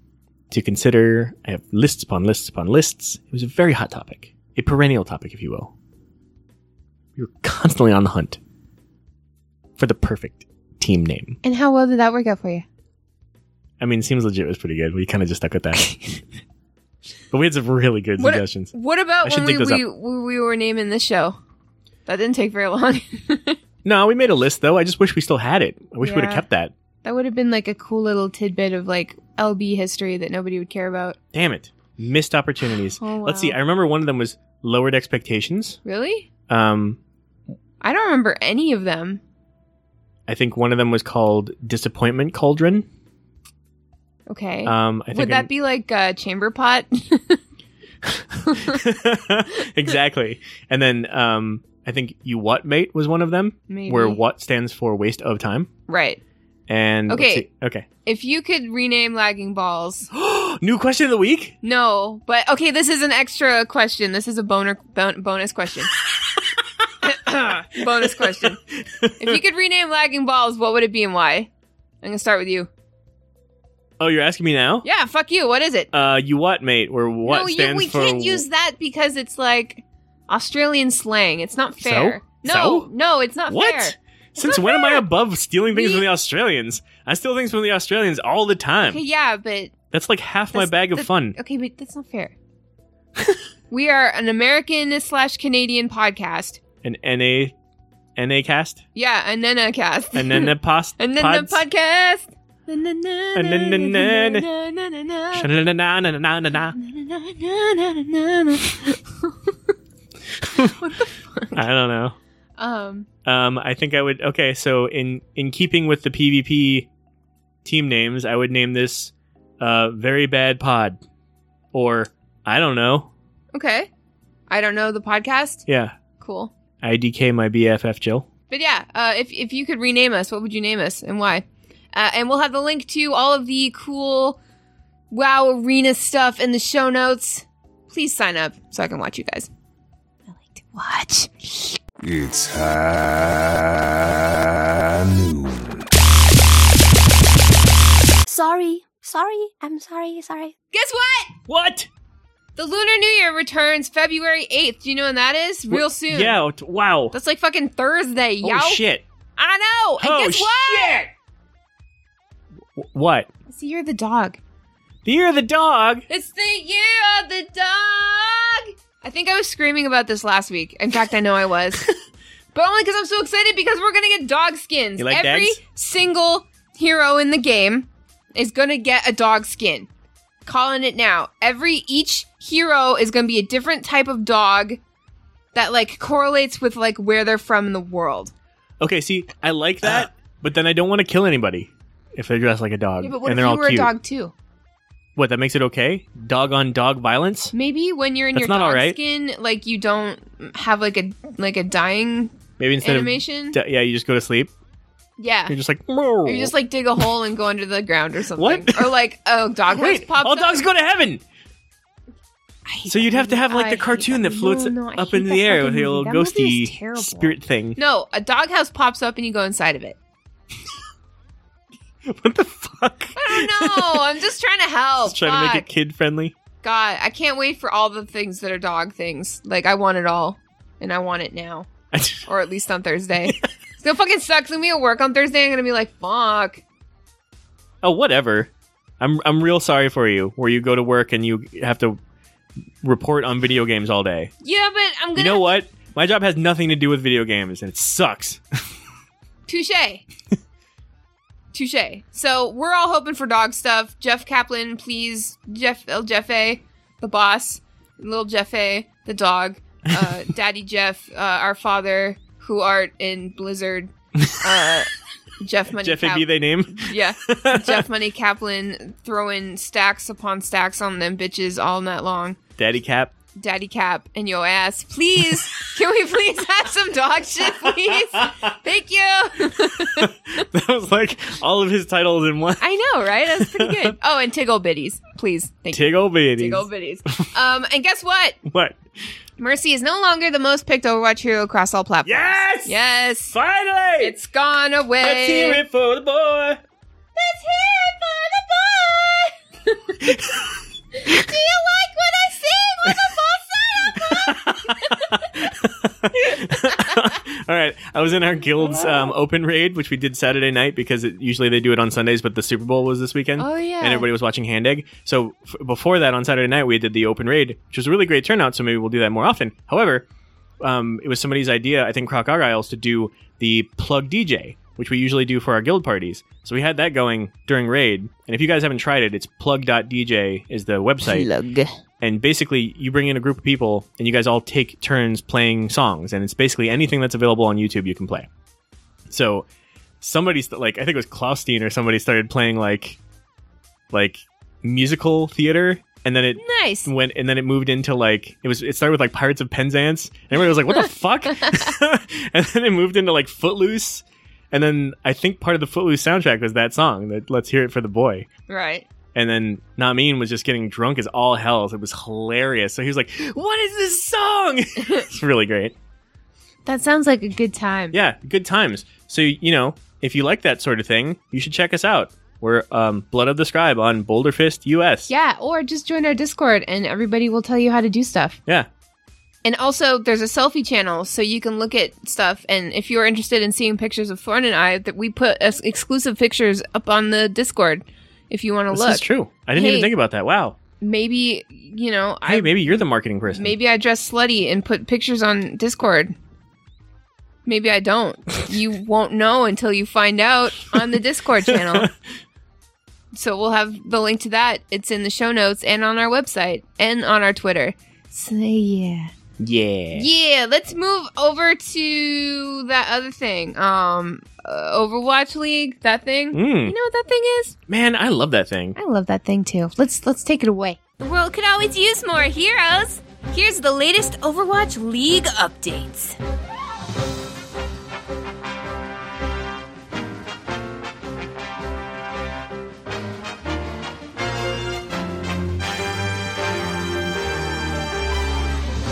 Speaker 1: to consider. I have lists upon lists upon lists. It was a very hot topic, a perennial topic, if you will. We were constantly on the hunt for the perfect team name.
Speaker 2: and how well did that work out for you?
Speaker 1: I mean, seems legit was pretty good. We kind of just stuck with that. but we had some really good
Speaker 2: What-
Speaker 1: suggestions.
Speaker 2: What
Speaker 1: I
Speaker 2: about
Speaker 1: should
Speaker 2: when we
Speaker 1: dig those
Speaker 2: we, we we were naming this show? That didn't take very long.
Speaker 1: No, we made a list though. I just wish we still had it. I wish we would have
Speaker 2: Yeah.
Speaker 1: kept that.
Speaker 2: that would have been like a cool little tidbit of like LB history that nobody would care about.
Speaker 1: Damn it, missed opportunities.
Speaker 2: Oh, wow.
Speaker 1: Let's see. I remember one of them was lowered expectations.
Speaker 2: Really?
Speaker 1: Um,
Speaker 2: I don't remember any of them.
Speaker 1: I think one of them was called disappointment cauldron.
Speaker 2: Okay.
Speaker 1: Um, I think
Speaker 2: would that be like uh, chamber pot?
Speaker 1: exactly? And then um, I think you what mate was one of them,
Speaker 2: Maybe.
Speaker 1: where what stands for waste of time.
Speaker 2: Right.
Speaker 1: And let's
Speaker 2: Okay.
Speaker 1: see- okay.
Speaker 2: If you could rename lagging balls,
Speaker 1: New question of the week.
Speaker 2: No, but okay, this is an extra question. This is a boner bon- bonus question.
Speaker 1: Oh,
Speaker 2: bonus question. If you could rename lagging balls, what would it be and why? I'm gonna start with you.
Speaker 1: Oh, you're asking me now?
Speaker 2: Yeah, fuck you. What is it?
Speaker 1: Uh, you what, mate? Or what
Speaker 2: no, you,
Speaker 1: stands
Speaker 2: we
Speaker 1: for?
Speaker 2: can't use that because it's like Australian slang. It's not fair. No,
Speaker 1: So?
Speaker 2: no, it's not
Speaker 1: what?
Speaker 2: fair.
Speaker 1: Since
Speaker 2: not
Speaker 1: when am I
Speaker 2: fair.
Speaker 1: above stealing things
Speaker 2: We-
Speaker 1: from the Australians? I steal things from the Australians all the time.
Speaker 2: Okay, yeah, but
Speaker 1: That's like half my
Speaker 2: That's-
Speaker 1: bag of
Speaker 2: that-
Speaker 1: fun.
Speaker 2: Okay, but that's not fair. we are an American slash Canadian podcast.
Speaker 1: An NA, NA cast,
Speaker 2: Yeah, a Nena cast.
Speaker 1: and then the past,
Speaker 2: And then
Speaker 1: pods.
Speaker 2: the podcast.
Speaker 1: And then the Sha-na-na-na-na-na-na. I don't know.
Speaker 2: Um,
Speaker 1: Um, I think I would. Okay, so in in keeping with the PvP team names, I would name this uh, very bad pod, or I don't know.
Speaker 2: okay. I don't know the podcast.
Speaker 1: Yeah,
Speaker 2: Cool.
Speaker 1: IDK my BFF Jill.
Speaker 2: But yeah, uh, if, if you could rename us, what would you name us and why? Uh, and we'll have the link to all of the cool WoW Arena stuff in the show notes. Please sign up so I can watch you guys. I like to watch.
Speaker 5: It's high noon.
Speaker 3: Sorry. Sorry. I'm sorry. Sorry.
Speaker 2: Guess what?
Speaker 1: What?
Speaker 2: The Lunar New Year returns February 8th. Do you know when that is? Real soon.
Speaker 1: Yeah. t- Wow.
Speaker 2: That's like fucking Thursday,
Speaker 1: oh
Speaker 2: yo.
Speaker 1: shit.
Speaker 2: I know. And
Speaker 1: Oh,
Speaker 2: guess what?
Speaker 1: W- what?
Speaker 2: It's the year of the dog.
Speaker 1: The year of the dog.
Speaker 2: It's the year of the dog. I think I was screaming about this last week. In fact, I know I was. but only because I'm so excited because we're going to get dog skins.
Speaker 1: You like
Speaker 2: Every
Speaker 1: dogs?
Speaker 2: single hero in the game is going to get a dog skin. Calling it now. Every each hero is going to be a different type of dog that like correlates with like where they're from in the world.
Speaker 1: Okay. See, I like that, but then I don't want to kill anybody if they're dressed like a dog
Speaker 2: Uh. Yeah, but what
Speaker 1: and
Speaker 2: if
Speaker 1: they're
Speaker 2: you
Speaker 1: all
Speaker 2: were
Speaker 1: cute.
Speaker 2: a dog too?
Speaker 1: What? That makes it okay? Dog on dog violence.
Speaker 2: Maybe when you're in
Speaker 1: That's
Speaker 2: your
Speaker 1: not
Speaker 2: dog
Speaker 1: alright.
Speaker 2: skin, like you don't have like a like a dying
Speaker 1: Maybe instead
Speaker 2: Animation?
Speaker 1: of d- yeah, you just go to sleep.
Speaker 2: yeah.
Speaker 1: You're just like.
Speaker 2: Or you just like dig a hole and go under the ground or something.
Speaker 1: What?
Speaker 2: Or like a dog house
Speaker 1: Wait,
Speaker 2: pops
Speaker 1: all
Speaker 2: up.
Speaker 1: dogs go to heaven.
Speaker 6: I hate
Speaker 1: So
Speaker 6: that
Speaker 1: you'd have to
Speaker 6: movie.
Speaker 1: have like
Speaker 2: I
Speaker 1: the
Speaker 2: hate
Speaker 1: cartoon
Speaker 6: that
Speaker 1: that floats
Speaker 6: movie. No, I
Speaker 1: up
Speaker 6: hate
Speaker 1: into
Speaker 6: that
Speaker 1: the air
Speaker 6: fucking
Speaker 1: with a
Speaker 6: movie.
Speaker 1: little
Speaker 6: That movie is
Speaker 1: ghosty
Speaker 6: terrible.
Speaker 1: spirit thing.
Speaker 2: No, a doghouse pops up and you go inside of it.
Speaker 1: what the fuck?
Speaker 2: I don't know. I'm just trying to help.
Speaker 1: Just trying to make
Speaker 2: Fuck.
Speaker 1: it kid friendly.
Speaker 2: God, I can't wait for all the things that are dog things. Like I want it all, and I want it now, or at least on Thursday. it's gonna fucking suck. Leave me at work on Thursday. I'm gonna be like, fuck.
Speaker 1: oh, whatever. I'm I'm real sorry for you. Where you go to work and you have to report on video games all day.
Speaker 2: Yeah, but I'm gonna
Speaker 1: You know what? My job has nothing to do with video games, and it sucks.
Speaker 2: touche. touche. So we're all hoping for dog stuff. Jeff Kaplan, please, Jeff El Jeffe, the boss, little Jeffe, the dog, uh, Daddy Jeff, uh, our father, who art in Blizzard. Uh, Jeff Money
Speaker 1: Jeff
Speaker 2: Kap-
Speaker 1: AB, they name.
Speaker 2: Yeah. Jeff Money Kaplan throwing stacks upon stacks on them bitches all night long.
Speaker 1: Daddy Cap.
Speaker 2: Daddy Cap and yo ass, please. Can we please have some dog shit, please? Thank you.
Speaker 1: that was like all of his titles in one.
Speaker 2: I know, right? That's pretty good. Oh, and Tiggle Bitties, please. Thank you.
Speaker 1: Tiggle bitties.
Speaker 2: Tiggle Bitties. Um, and guess what?
Speaker 1: What?
Speaker 2: Mercy is no longer the most picked Overwatch hero across all platforms.
Speaker 1: Yes!
Speaker 2: Yes.
Speaker 1: Finally!
Speaker 2: It's gone away.
Speaker 1: Let's hear it for the boy.
Speaker 2: Let's hear it for the boy. Do you like what I sing with a falsetto?
Speaker 1: All right, I was in our guild's um, open raid, which we did Saturday night because it, usually they do it on Sundays, but the Super Bowl was this weekend.
Speaker 2: Oh, yeah.
Speaker 1: and everybody was watching Hand Egg. So f- before that, on Saturday night, we did the open raid, which was a really great turnout. So maybe we'll do that more often. However, um, it was somebody's idea, I think Croc Argyles, to do the plug DJ, which we usually do for our guild parties. So we had that going during raid. And if you guys haven't tried it, it's plug.dj is the website and basically you bring in a group of people and you guys all take turns playing songs and it's basically anything that's available on youtube you can play so somebody st- like i think it was klaustein or somebody started playing like like musical theater and then it
Speaker 2: Nice.
Speaker 1: went and then it moved into like it was it started with like pirates of penzance and everybody was like what the fuck and then it moved into like footloose and then i think part of the footloose soundtrack was that song that let's hear it for the boy
Speaker 2: Right.
Speaker 1: and then Namin was just getting drunk as all hell. It was hilarious. So he was like, "What is this song?" it's really great.
Speaker 2: That sounds like a good time.
Speaker 1: Yeah, good times. So you know, if you like that sort of thing, you should check us out. We're um, Blood of the Scribe on Boulder Fist US.
Speaker 2: Yeah, or just join our Discord and everybody will tell you how to do stuff.
Speaker 1: Yeah.
Speaker 2: And also, there's a selfie channel so you can look at stuff. And if you're interested in seeing pictures of Thorn and I, that we put ex- exclusive pictures up on the Discord if you want to
Speaker 1: This
Speaker 2: Oh, look.
Speaker 1: is true. I didn't
Speaker 2: Hey.
Speaker 1: even think about that. Wow.
Speaker 2: Maybe, you know,
Speaker 1: Hey,
Speaker 2: I
Speaker 1: maybe you're the marketing person.
Speaker 2: maybe I dress slutty and put pictures on Discord. Maybe I don't. you won't know until you find out on the Discord channel. So we'll have the link to that. It's in the show notes and on our website and on our Twitter. So yeah.
Speaker 1: Yeah.
Speaker 2: Yeah, let's move over to that other thing. Um uh, Overwatch League, that thing. You
Speaker 1: Mm.
Speaker 2: know what that thing is?
Speaker 1: Man, I love that thing.
Speaker 6: I love that thing too. Let's let's take it away.
Speaker 3: The world could always use more heroes. Here's the latest Overwatch League updates.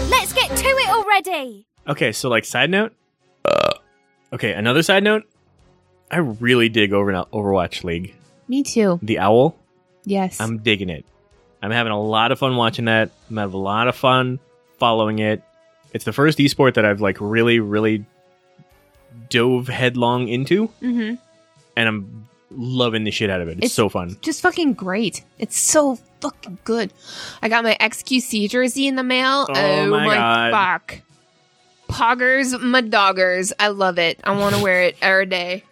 Speaker 3: Let's get to it already.
Speaker 1: Okay, so like side note. Okay, another side note. I really dig over Overwatch League.
Speaker 2: Me too.
Speaker 1: The owl.
Speaker 2: Yes.
Speaker 1: I'm digging it. I'm having a lot of fun watching that. I'm having a lot of fun following it. It's the first esport that I've like really, really dove headlong into,
Speaker 2: mhm.
Speaker 1: and I'm loving the shit out of it. It's,
Speaker 2: It's-
Speaker 1: so fun.
Speaker 2: Just fucking great. It's so fucking good. I got my XQC jersey in the mail.
Speaker 1: Oh my God.
Speaker 2: fuck. Poggers, my doggers. I love it. I want to wear it every day.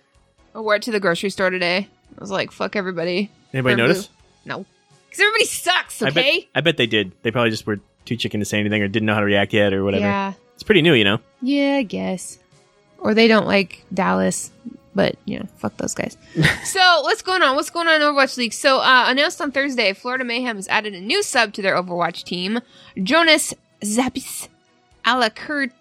Speaker 2: I wore it to the grocery store today. I was like, fuck everybody.
Speaker 1: Anybody
Speaker 2: Bamboo.
Speaker 1: notice?
Speaker 2: No. Because everybody sucks,
Speaker 1: I bet.
Speaker 2: okay?
Speaker 1: I bet they did. They probably just were too chicken to say anything or didn't know how to react yet or whatever.
Speaker 2: Yeah.
Speaker 1: It's pretty new, you know.
Speaker 2: Yeah, I guess. Or they don't like Dallas, but you know, fuck those guys. so what's going on? What's going on in Overwatch League? So uh, announced on Thursday, Florida Mayhem has added a new sub to their Overwatch team, Jonas Zappis Alacur-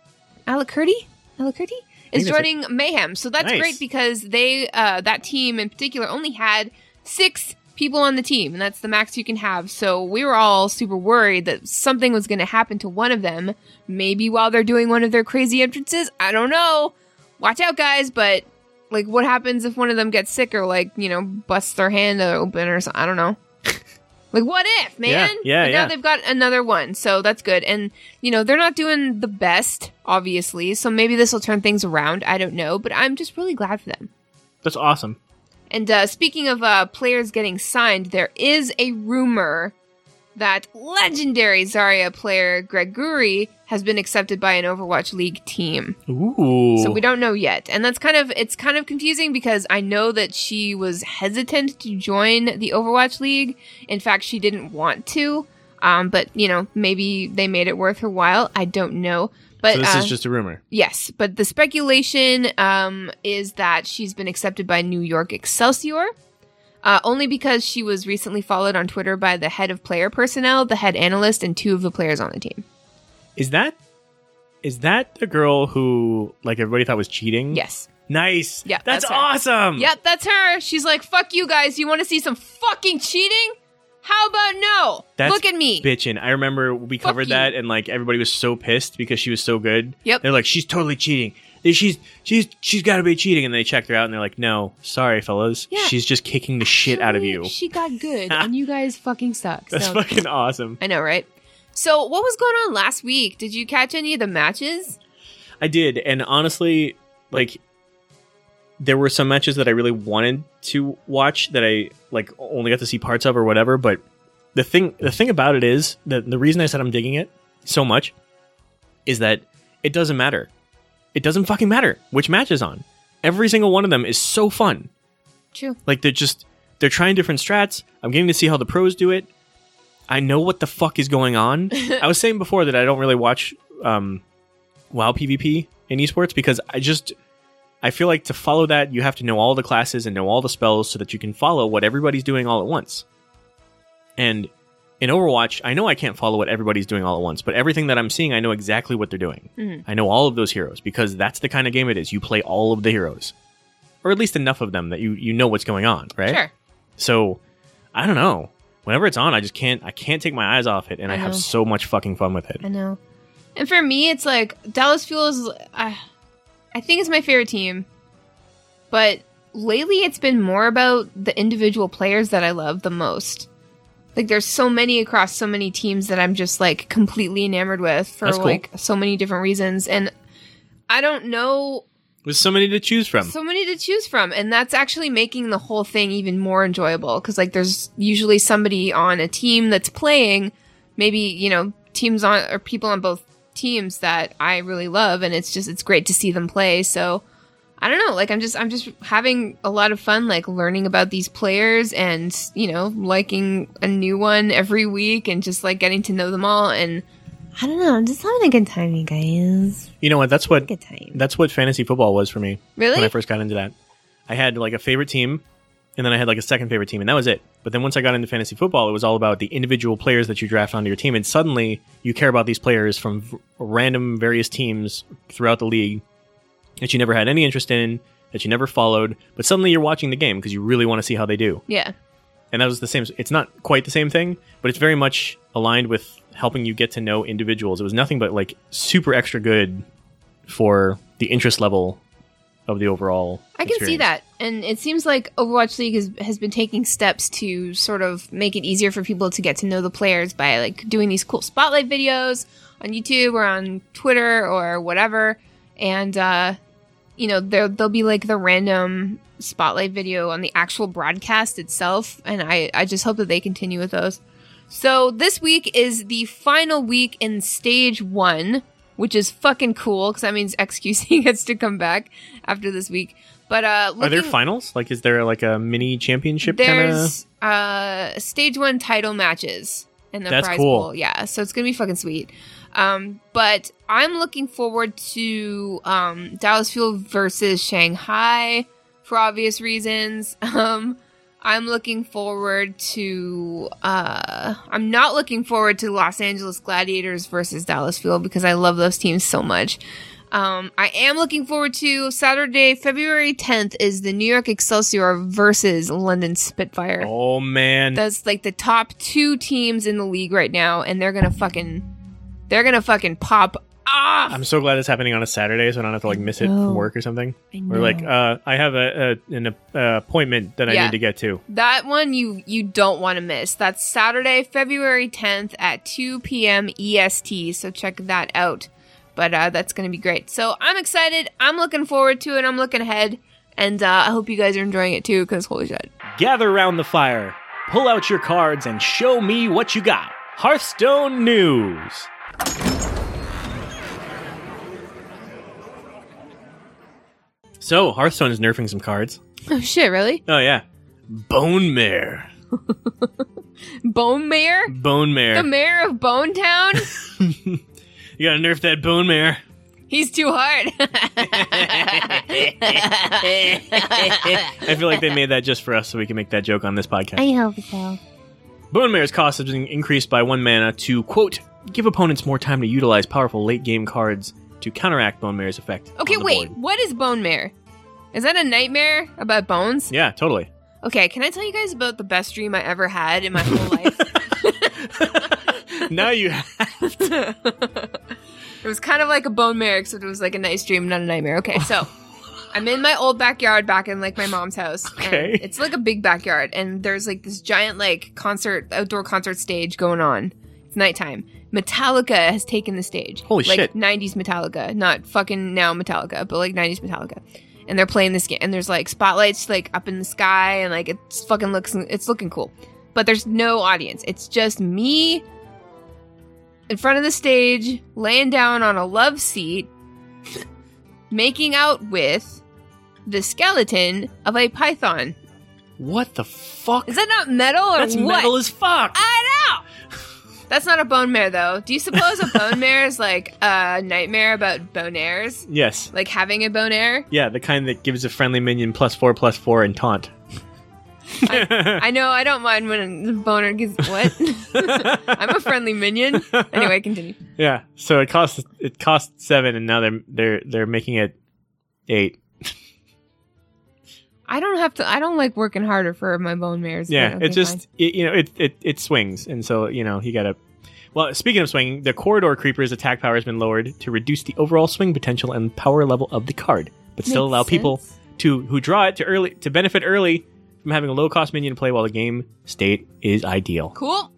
Speaker 2: Alacurti. Alacurti
Speaker 1: think
Speaker 2: is
Speaker 1: that's
Speaker 2: joining Mayhem. So that's
Speaker 1: Nice.
Speaker 2: great because they uh, that team in particular only had six people on the team, and that's the max you can have. So we were all super worried that something was going to happen to one of them. Maybe while they're doing one of their crazy entrances. I don't know. Watch out, guys. But like, what happens if one of them gets sick or like you know busts their hand open or something? I don't know. like, what if, man?
Speaker 1: yeah,
Speaker 2: But now
Speaker 1: yeah.
Speaker 2: they've got another one, so that's good. And you know they're not doing the best, obviously. So maybe this will turn things around. I don't know, but I'm just really glad for them.
Speaker 1: That's awesome.
Speaker 2: And uh, speaking of uh, players getting signed, there is a rumor that legendary Zarya player Greg Guri has been accepted by an Overwatch League team.
Speaker 1: Ooh.
Speaker 2: So we don't know yet. And that's kind of it's kind of confusing because I know that she was hesitant to join the Overwatch League. In fact, she didn't want to. Um, but you know, maybe they made it worth her while. I don't know. But
Speaker 1: So this
Speaker 2: uh,
Speaker 1: is just a rumor.
Speaker 2: Yes, but the speculation um, is that she's been accepted by New York Excelsior. Uh, only because she was recently followed on Twitter by the head of player personnel, the head analyst, and two of the players on the team.
Speaker 1: Is that is that the girl who like everybody thought was cheating?
Speaker 2: Yes.
Speaker 1: Nice.
Speaker 2: Yeah,
Speaker 1: That's,
Speaker 2: that's her.
Speaker 1: awesome.
Speaker 2: Yep, that's her. She's like, fuck you guys. You want to see some fucking cheating? How about no?
Speaker 1: That's
Speaker 2: Look at me.
Speaker 1: Bitchin'. I remember we
Speaker 2: Fuck
Speaker 1: covered
Speaker 2: you.
Speaker 1: that and like everybody was so pissed because she was so good.
Speaker 2: Yep.
Speaker 1: They're like, she's totally cheating. She's she's she's gotta be cheating. And they checked her out and they're like, No, sorry fellas.
Speaker 2: Yeah.
Speaker 1: She's just kicking the shit out of you.
Speaker 2: She got good, and you guys fucking suck.
Speaker 1: That's
Speaker 2: so.
Speaker 1: fucking awesome.
Speaker 2: I know, right? So, what was going on last week? Did you catch any of the matches?
Speaker 1: I did, and honestly, like there were some matches that I really wanted to watch that I like only got to see parts of or whatever, but the thing the thing about it is that the reason I said I'm digging it so much is that it doesn't matter. It doesn't fucking matter which match is on. Every single one of them is so fun.
Speaker 2: True.
Speaker 1: Like they're just they're trying different strats. I'm getting to see how the pros do it. I know what the fuck is going on. I was saying before that I don't really watch um, WoW PvP in esports because I just I feel like to follow that you have to know all the classes and know all the spells so that you can follow what everybody's doing all at once. And in Overwatch, I know I can't follow what everybody's doing all at once, but everything that I'm seeing, I know exactly what they're doing.
Speaker 2: Mhm.
Speaker 1: I know all of those heroes because that's the kind of game it is. You play all of the heroes, or at least enough of them that you you know what's going on, right?
Speaker 2: Sure.
Speaker 1: So I don't know. Whenever it's on, I just can't I can't take my eyes off it, and I,
Speaker 2: I
Speaker 1: have
Speaker 2: know.
Speaker 1: so much fucking fun with it.
Speaker 2: I know. And for me, it's like Dallas Fuel is, uh, I think, it's my favorite team. But lately, it's been more about the individual players that I love the most. Like, there's so many across so many teams that I'm just like completely enamored with for
Speaker 1: That's cool.
Speaker 2: like so many different reasons. And I don't know
Speaker 1: With so many to choose from.
Speaker 2: so many to choose from and that's actually making the whole thing even more enjoyable because like there's usually somebody on a team that's playing maybe you know teams on or people on both teams that i really love and it's just it's great to see them play so i don't know like i'm just i'm just having a lot of fun like learning about these players and you know liking a new one every week and just like getting to know them all and
Speaker 6: I don't know. I'm just having a good time, you guys.
Speaker 1: you know what? That's what
Speaker 6: Good time.
Speaker 1: that's what fantasy football was for me when I
Speaker 2: really
Speaker 1: first got into that. I had like a favorite team, and then I had like a second favorite team, and that was it. But then once I got into fantasy football, it was all about the individual players that you draft onto your team, and suddenly you care about these players from v- random various teams throughout the league that you never had any interest in, that you never followed, but suddenly you're watching the game because you really want to see how they do.
Speaker 2: yeah
Speaker 1: and that was the same it's not quite the same thing but it's very much aligned with helping you get to know individuals it was nothing but like super extra good for the interest level of the overall
Speaker 2: I can see
Speaker 1: experience.
Speaker 2: that. And it seems like Overwatch League has, has been taking steps to sort of make it easier for people to get to know the players by like doing these cool spotlight videos on YouTube or on Twitter or whatever. And, uh, you know, there, there'll be like the random spotlight video on the actual broadcast itself. And I, I just hope that they continue with those. So this week is the final week in stage one, which is fucking cool because that means XQC gets to come back after this week. But uh,
Speaker 1: are there
Speaker 2: looking-
Speaker 1: finals like is there like a mini championship kind of
Speaker 2: there's uh stage one title matches in the
Speaker 1: That's
Speaker 2: prize
Speaker 1: cool.
Speaker 2: pool. Yeah, so it's gonna be fucking sweet. Um, but I'm looking forward to um, Dallas Fuel versus Shanghai for obvious reasons. Um, I'm looking forward to. Uh, I'm not looking forward to Los Angeles Gladiators versus Dallas Fuel because I love those teams so much. Um, I am looking forward to Saturday, February 10th is the New York Excelsior versus London Spitfire.
Speaker 1: Oh man,
Speaker 2: That's like the top two teams in the league right now, and they're gonna fucking, they're gonna fucking pop off.
Speaker 1: I'm so glad it's happening on a Saturday, so I don't have to like miss it
Speaker 6: know.
Speaker 1: from work or something.
Speaker 6: I
Speaker 1: Or like, uh, I have a, a an uh, appointment that I
Speaker 2: Yeah.
Speaker 1: need to get to.
Speaker 2: That one you you don't want to miss. That's Saturday, February 10th at 2 p.m. EST. E So check that out. But uh, that's going to be great. So I'm excited. I'm looking forward to it. I'm looking ahead, and uh, I hope you guys are enjoying it too. Because holy shit,
Speaker 4: Gather round the fire, pull out your cards, and show me what you got. Hearthstone News!
Speaker 1: So Hearthstone is nerfing some cards.
Speaker 2: oh shit, really?
Speaker 1: Oh yeah, Bone Mare,
Speaker 2: Bone Mayor,
Speaker 1: Bone
Speaker 2: the
Speaker 1: Mare.
Speaker 2: mayor of Bone Town.
Speaker 1: you gotta nerf that Bone Mare.
Speaker 2: He's too hard.
Speaker 1: I feel like they made that just for us, so we can make that joke on this podcast.
Speaker 6: I hope so.
Speaker 1: Bone Mare's cost has been increased by one mana to, quote, give opponents more time to utilize powerful late game cards to counteract Bone Mare's effect.
Speaker 2: okay,
Speaker 1: on the
Speaker 2: wait.
Speaker 1: board."
Speaker 2: What is Bone Mare? Is that a nightmare about bones?
Speaker 1: Yeah, totally.
Speaker 2: Okay, can I tell you guys about the best dream I ever had in my whole life?
Speaker 1: now you
Speaker 2: It was kind of like a bone mare, except it was like a nice dream, not a nightmare. Okay, so I'm in my old backyard back in like my mom's house. and
Speaker 1: Okay.
Speaker 2: It's like a big backyard, and there's like this giant like concert, outdoor concert stage going on. It's nighttime. Metallica has taken the stage.
Speaker 1: Holy
Speaker 2: like,
Speaker 1: shit.
Speaker 2: 90s Metallica, not fucking now Metallica, but like 90s Metallica. And they're playing this game, and there's like spotlights like up in the sky, and like it's fucking looks, it's looking cool. But there's no audience. It's just me in front of the stage, laying down on a love seat, making out with the skeleton of a python.
Speaker 1: What the fuck?
Speaker 2: Is that not metal or
Speaker 1: That's
Speaker 2: what? Ah!
Speaker 1: metal as fuck.
Speaker 2: I know. That's not a bone mare though. Do you suppose a bone mare is like a nightmare about bonaires?
Speaker 1: yes.
Speaker 2: Like having a bonaire?
Speaker 1: Yeah, the kind that gives a friendly minion plus four plus four and taunt.
Speaker 2: I know I don't mind when the boner gives what? I'm a friendly minion. Anyway, continue.
Speaker 1: Yeah. So it costs it costs seven and now they're they're they're making it eight.
Speaker 2: I don't have to I don't like working harder for my bone mares.
Speaker 1: Yeah,
Speaker 2: but okay,
Speaker 1: it's
Speaker 2: fine.
Speaker 1: just it, you know it, it it swings, and so you know you gotta. Well, speaking of swinging, the corridor creeper's attack power has been lowered to reduce the overall swing potential and power level of the card, but still
Speaker 2: Makes
Speaker 1: allow people
Speaker 2: sense.
Speaker 1: to who draw it to early to benefit early from having a low cost minion to play while the game state is ideal.
Speaker 2: Cool.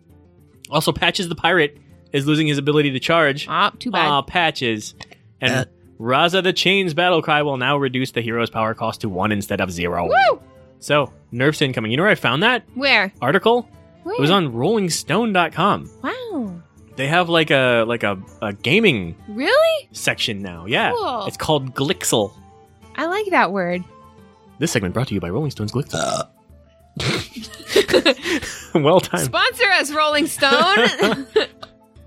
Speaker 1: Also, patches the pirate is losing his ability to charge.
Speaker 2: Ah, too bad.
Speaker 1: Aw, patches and. Raza the Chains battle cry will now reduce the hero's power cost to one instead of zero.
Speaker 2: Woo!
Speaker 1: So, nerfs incoming. You know where I found that
Speaker 2: Where?
Speaker 1: article?
Speaker 2: Oh,
Speaker 6: Where?
Speaker 1: It was on rollingstone.com.
Speaker 6: wow.
Speaker 1: They have like a like a, a gaming
Speaker 2: Really?
Speaker 1: section now. Yeah.
Speaker 2: Cool.
Speaker 1: It's called Glixel.
Speaker 2: I like that word.
Speaker 1: This segment brought to you by Rolling Stone's Glixel. well timed.
Speaker 2: Sponsor us, Rolling Stone.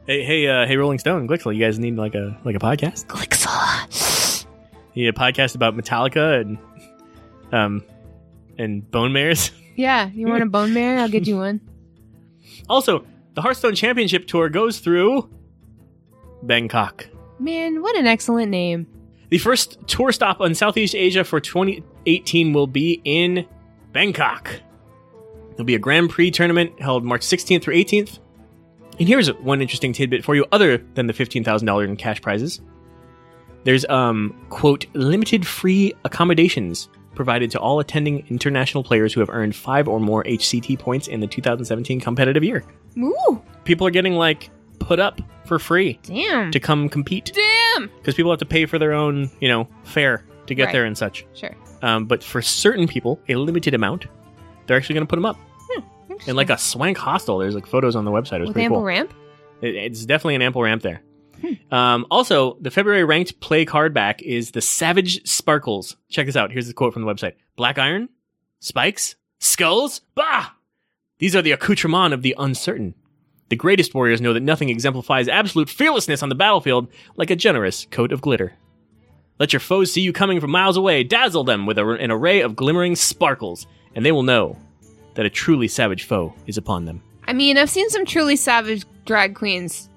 Speaker 1: Hey hey uh, hey Rolling Stone, Glixel, you guys need like a like a podcast?
Speaker 6: Glixel.
Speaker 1: You need a podcast about Metallica and um and bone mares.
Speaker 2: yeah, you want a bone mare? I'll get you one.
Speaker 1: Also, the Hearthstone Championship Tour goes through Bangkok.
Speaker 2: Man, what an excellent name.
Speaker 1: The first tour stop on Southeast Asia for 2018 will be in Bangkok. There'll be a Grand Prix tournament held March 16th through 18th. And here's one interesting tidbit for you, other than the $15,000 in cash prizes. There's, um, quote, limited free accommodations provided to all attending international players who have earned five or more HCT points in the 2017 competitive year.
Speaker 2: Ooh,
Speaker 1: People are getting, like, put up for free
Speaker 2: damn.
Speaker 1: to come compete
Speaker 2: Damn!
Speaker 1: because people have to pay for their own, you know, fare to get
Speaker 2: Right.
Speaker 1: there and such.
Speaker 2: Sure.
Speaker 1: Um, but for certain people, a limited amount, they're actually going to put them up in like a swank hostel. There's like photos on the website. It was
Speaker 2: With
Speaker 1: pretty
Speaker 2: ample
Speaker 1: cool.
Speaker 2: ramp?
Speaker 1: It- it's definitely an ample ramp there. Um, also, the February ranked play card back is the Savage Sparkles. Check this out. Here's the quote from the website: Black iron, spikes, skulls. Bah! These are the accoutrements of the uncertain. The greatest warriors know that nothing exemplifies absolute fearlessness on the battlefield like a generous coat of glitter. Let your foes see you coming from miles away. Dazzle them with a, an array of glimmering sparkles, and they will know that a truly savage foe is upon them.
Speaker 2: I mean, I've seen some truly savage drag queens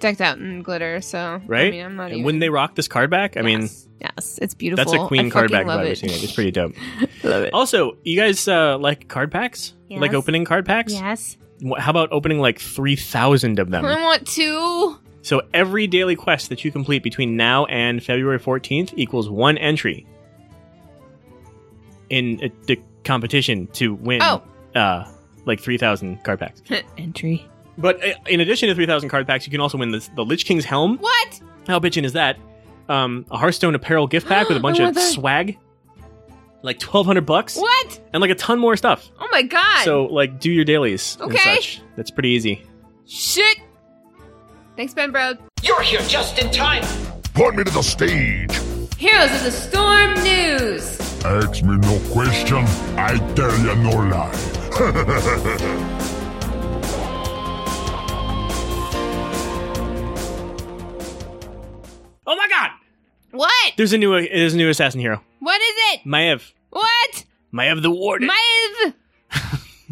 Speaker 2: decked out in glitter, so
Speaker 1: right?
Speaker 2: I mean, I'm not
Speaker 1: and
Speaker 2: even.
Speaker 1: wouldn't they rock this card back? I mean,
Speaker 2: yes, yes, it's beautiful.
Speaker 1: that's a queen
Speaker 2: I
Speaker 1: card back. if
Speaker 2: fucking Love
Speaker 1: I've ever
Speaker 2: it.
Speaker 1: seen it. It's pretty dope.
Speaker 2: love it.
Speaker 1: Also, you guys uh, like card packs? Like
Speaker 6: Yes.
Speaker 1: opening card packs?
Speaker 6: Yes.
Speaker 1: Wh- How about opening like 3,000 of them?
Speaker 2: I want two.
Speaker 1: So every daily quest that you complete between now and February 14th equals one entry in uh, the competition to win
Speaker 2: Oh.
Speaker 1: uh, like 3,000 card packs.
Speaker 2: Entry.
Speaker 1: But uh, in addition to 3,000 card packs, you can also win this, the Lich King's Helm.
Speaker 2: What?
Speaker 1: How bitchin' is that? Um, a Hearthstone apparel gift pack with a bunch
Speaker 2: I
Speaker 1: of
Speaker 2: want that.
Speaker 1: swag. Like 1,200 bucks.
Speaker 2: What?
Speaker 1: And like a ton more stuff.
Speaker 2: Oh my god.
Speaker 1: So like do your dailies and
Speaker 2: Okay.
Speaker 1: such. That's pretty easy.
Speaker 2: Shit. Thanks, Ben Bro.
Speaker 7: You're here just in time.
Speaker 8: Point me to the stage.
Speaker 2: Heroes of the Storm news.
Speaker 8: Ask me no question. I tell you no lie.
Speaker 1: Oh my god!
Speaker 2: What?
Speaker 1: There's a new there's a new assassin hero.
Speaker 2: What is it?
Speaker 1: Maev.
Speaker 2: What?
Speaker 1: Maev the Warden.
Speaker 2: Maev.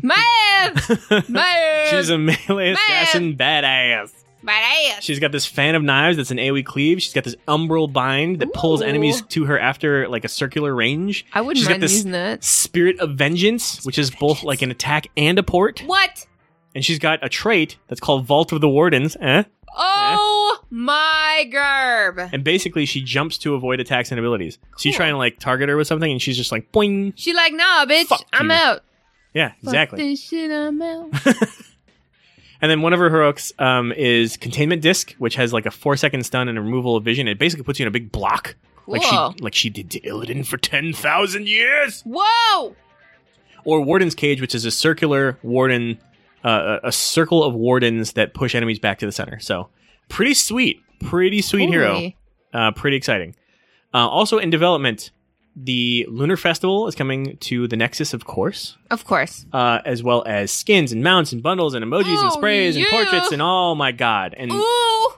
Speaker 2: Maev. Maev.
Speaker 1: She's a melee assassin badass.
Speaker 2: badass.
Speaker 1: She's got this fan of knives that's an AoE cleave. She's got this umbral bind that pulls
Speaker 2: Ooh.
Speaker 1: enemies to her after like a circular range.
Speaker 2: I wouldn't
Speaker 1: She's
Speaker 2: mind
Speaker 1: got this
Speaker 2: using that.
Speaker 1: spirit of vengeance, which is both like an attack and a port.
Speaker 2: What?
Speaker 1: And she's got a trait that's called Vault of the Wardens. Eh?
Speaker 2: Oh my gerb.
Speaker 1: And basically, she jumps to avoid attacks and abilities. So you try and like target her with something, and she's just like boing.
Speaker 2: She like, nah, bitch,
Speaker 1: Fuck
Speaker 2: I'm
Speaker 1: you.
Speaker 2: out.
Speaker 1: Yeah,
Speaker 2: Fuck
Speaker 1: exactly.
Speaker 2: this shit, I'm out.
Speaker 1: And then one of her heroics um, is Containment Disc, which has like a four second stun and removal of vision. It basically puts you in a big block, like
Speaker 2: Cool.
Speaker 1: she like she did to Illidan for ten thousand years.
Speaker 2: Whoa.
Speaker 1: Or Warden's Cage, which is a circular warden, uh, a a circle of wardens that push enemies back to the center. So pretty sweet, pretty sweet hero,
Speaker 2: Holy.
Speaker 1: uh, pretty exciting. Uh, also in development, the Lunar Festival is coming to the Nexus, of course
Speaker 2: Of course.
Speaker 1: uh, as well as skins and mounts and bundles and emojis
Speaker 2: Oh,
Speaker 1: and sprays
Speaker 2: yeah.
Speaker 1: and portraits and oh my god! And
Speaker 2: Ooh.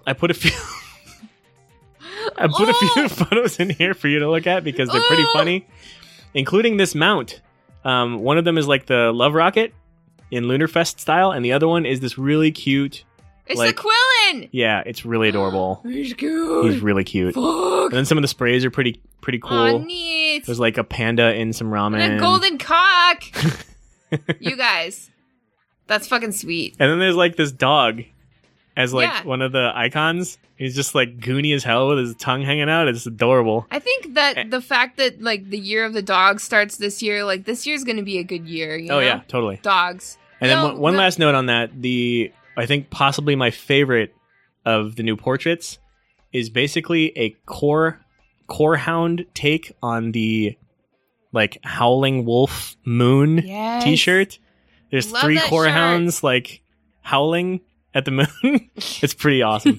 Speaker 1: I put a few, I put a few photos in here for you to look at because they're pretty
Speaker 2: Oh.
Speaker 1: funny, including this mount. Um, one of them is like the love rocket in Lunarfest style, and the other one is this really cute.
Speaker 2: It's
Speaker 1: like-
Speaker 2: the Quillen.
Speaker 1: Yeah, it's really adorable.
Speaker 2: He's
Speaker 1: He's
Speaker 2: cute.
Speaker 1: really cute. And
Speaker 2: Fuck.
Speaker 1: then some of the sprays are pretty pretty
Speaker 2: Aw,
Speaker 1: cool.
Speaker 2: neat.
Speaker 1: There's like a panda in some ramen.
Speaker 2: And a golden cock. you guys, that's fucking sweet.
Speaker 1: And then there's like this dog as like
Speaker 2: Yeah.
Speaker 1: one of the icons. He's just like goony as hell with his tongue hanging out. It's adorable.
Speaker 2: I think
Speaker 1: Eh.
Speaker 2: that the fact that like the year of the dog starts this year, like this year's gonna be a good year. You
Speaker 1: Oh
Speaker 2: know?
Speaker 1: yeah, totally.
Speaker 2: dogs.
Speaker 1: And then
Speaker 2: No,
Speaker 1: one, one
Speaker 2: the-
Speaker 1: last note on that. The I think possibly my favorite of the new portraits is basically a core core hound take on the like howling wolf moon
Speaker 2: Yes.
Speaker 1: t-shirt. There's
Speaker 2: Love
Speaker 1: three
Speaker 2: that
Speaker 1: core
Speaker 2: shirt.
Speaker 1: hounds like howling at the moon. it's pretty awesome.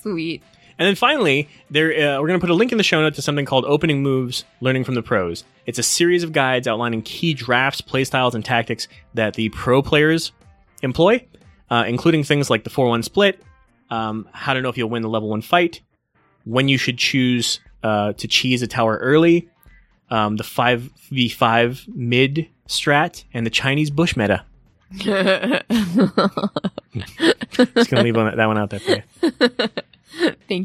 Speaker 2: Sweet.
Speaker 1: And then finally, there uh, we're going to put a link in the show note to something called Opening Moves: Learning from the Pros. It's a series of guides outlining key drafts, playstyles, and tactics that the pro players employ, uh, including things like the four-one split, um, how to know if you'll win the level one fight, when you should choose uh, to cheese a tower early, um, the five v five mid strat, and the Chinese bush meta. Just
Speaker 2: Thank
Speaker 1: going to leave on that, that one out there for you.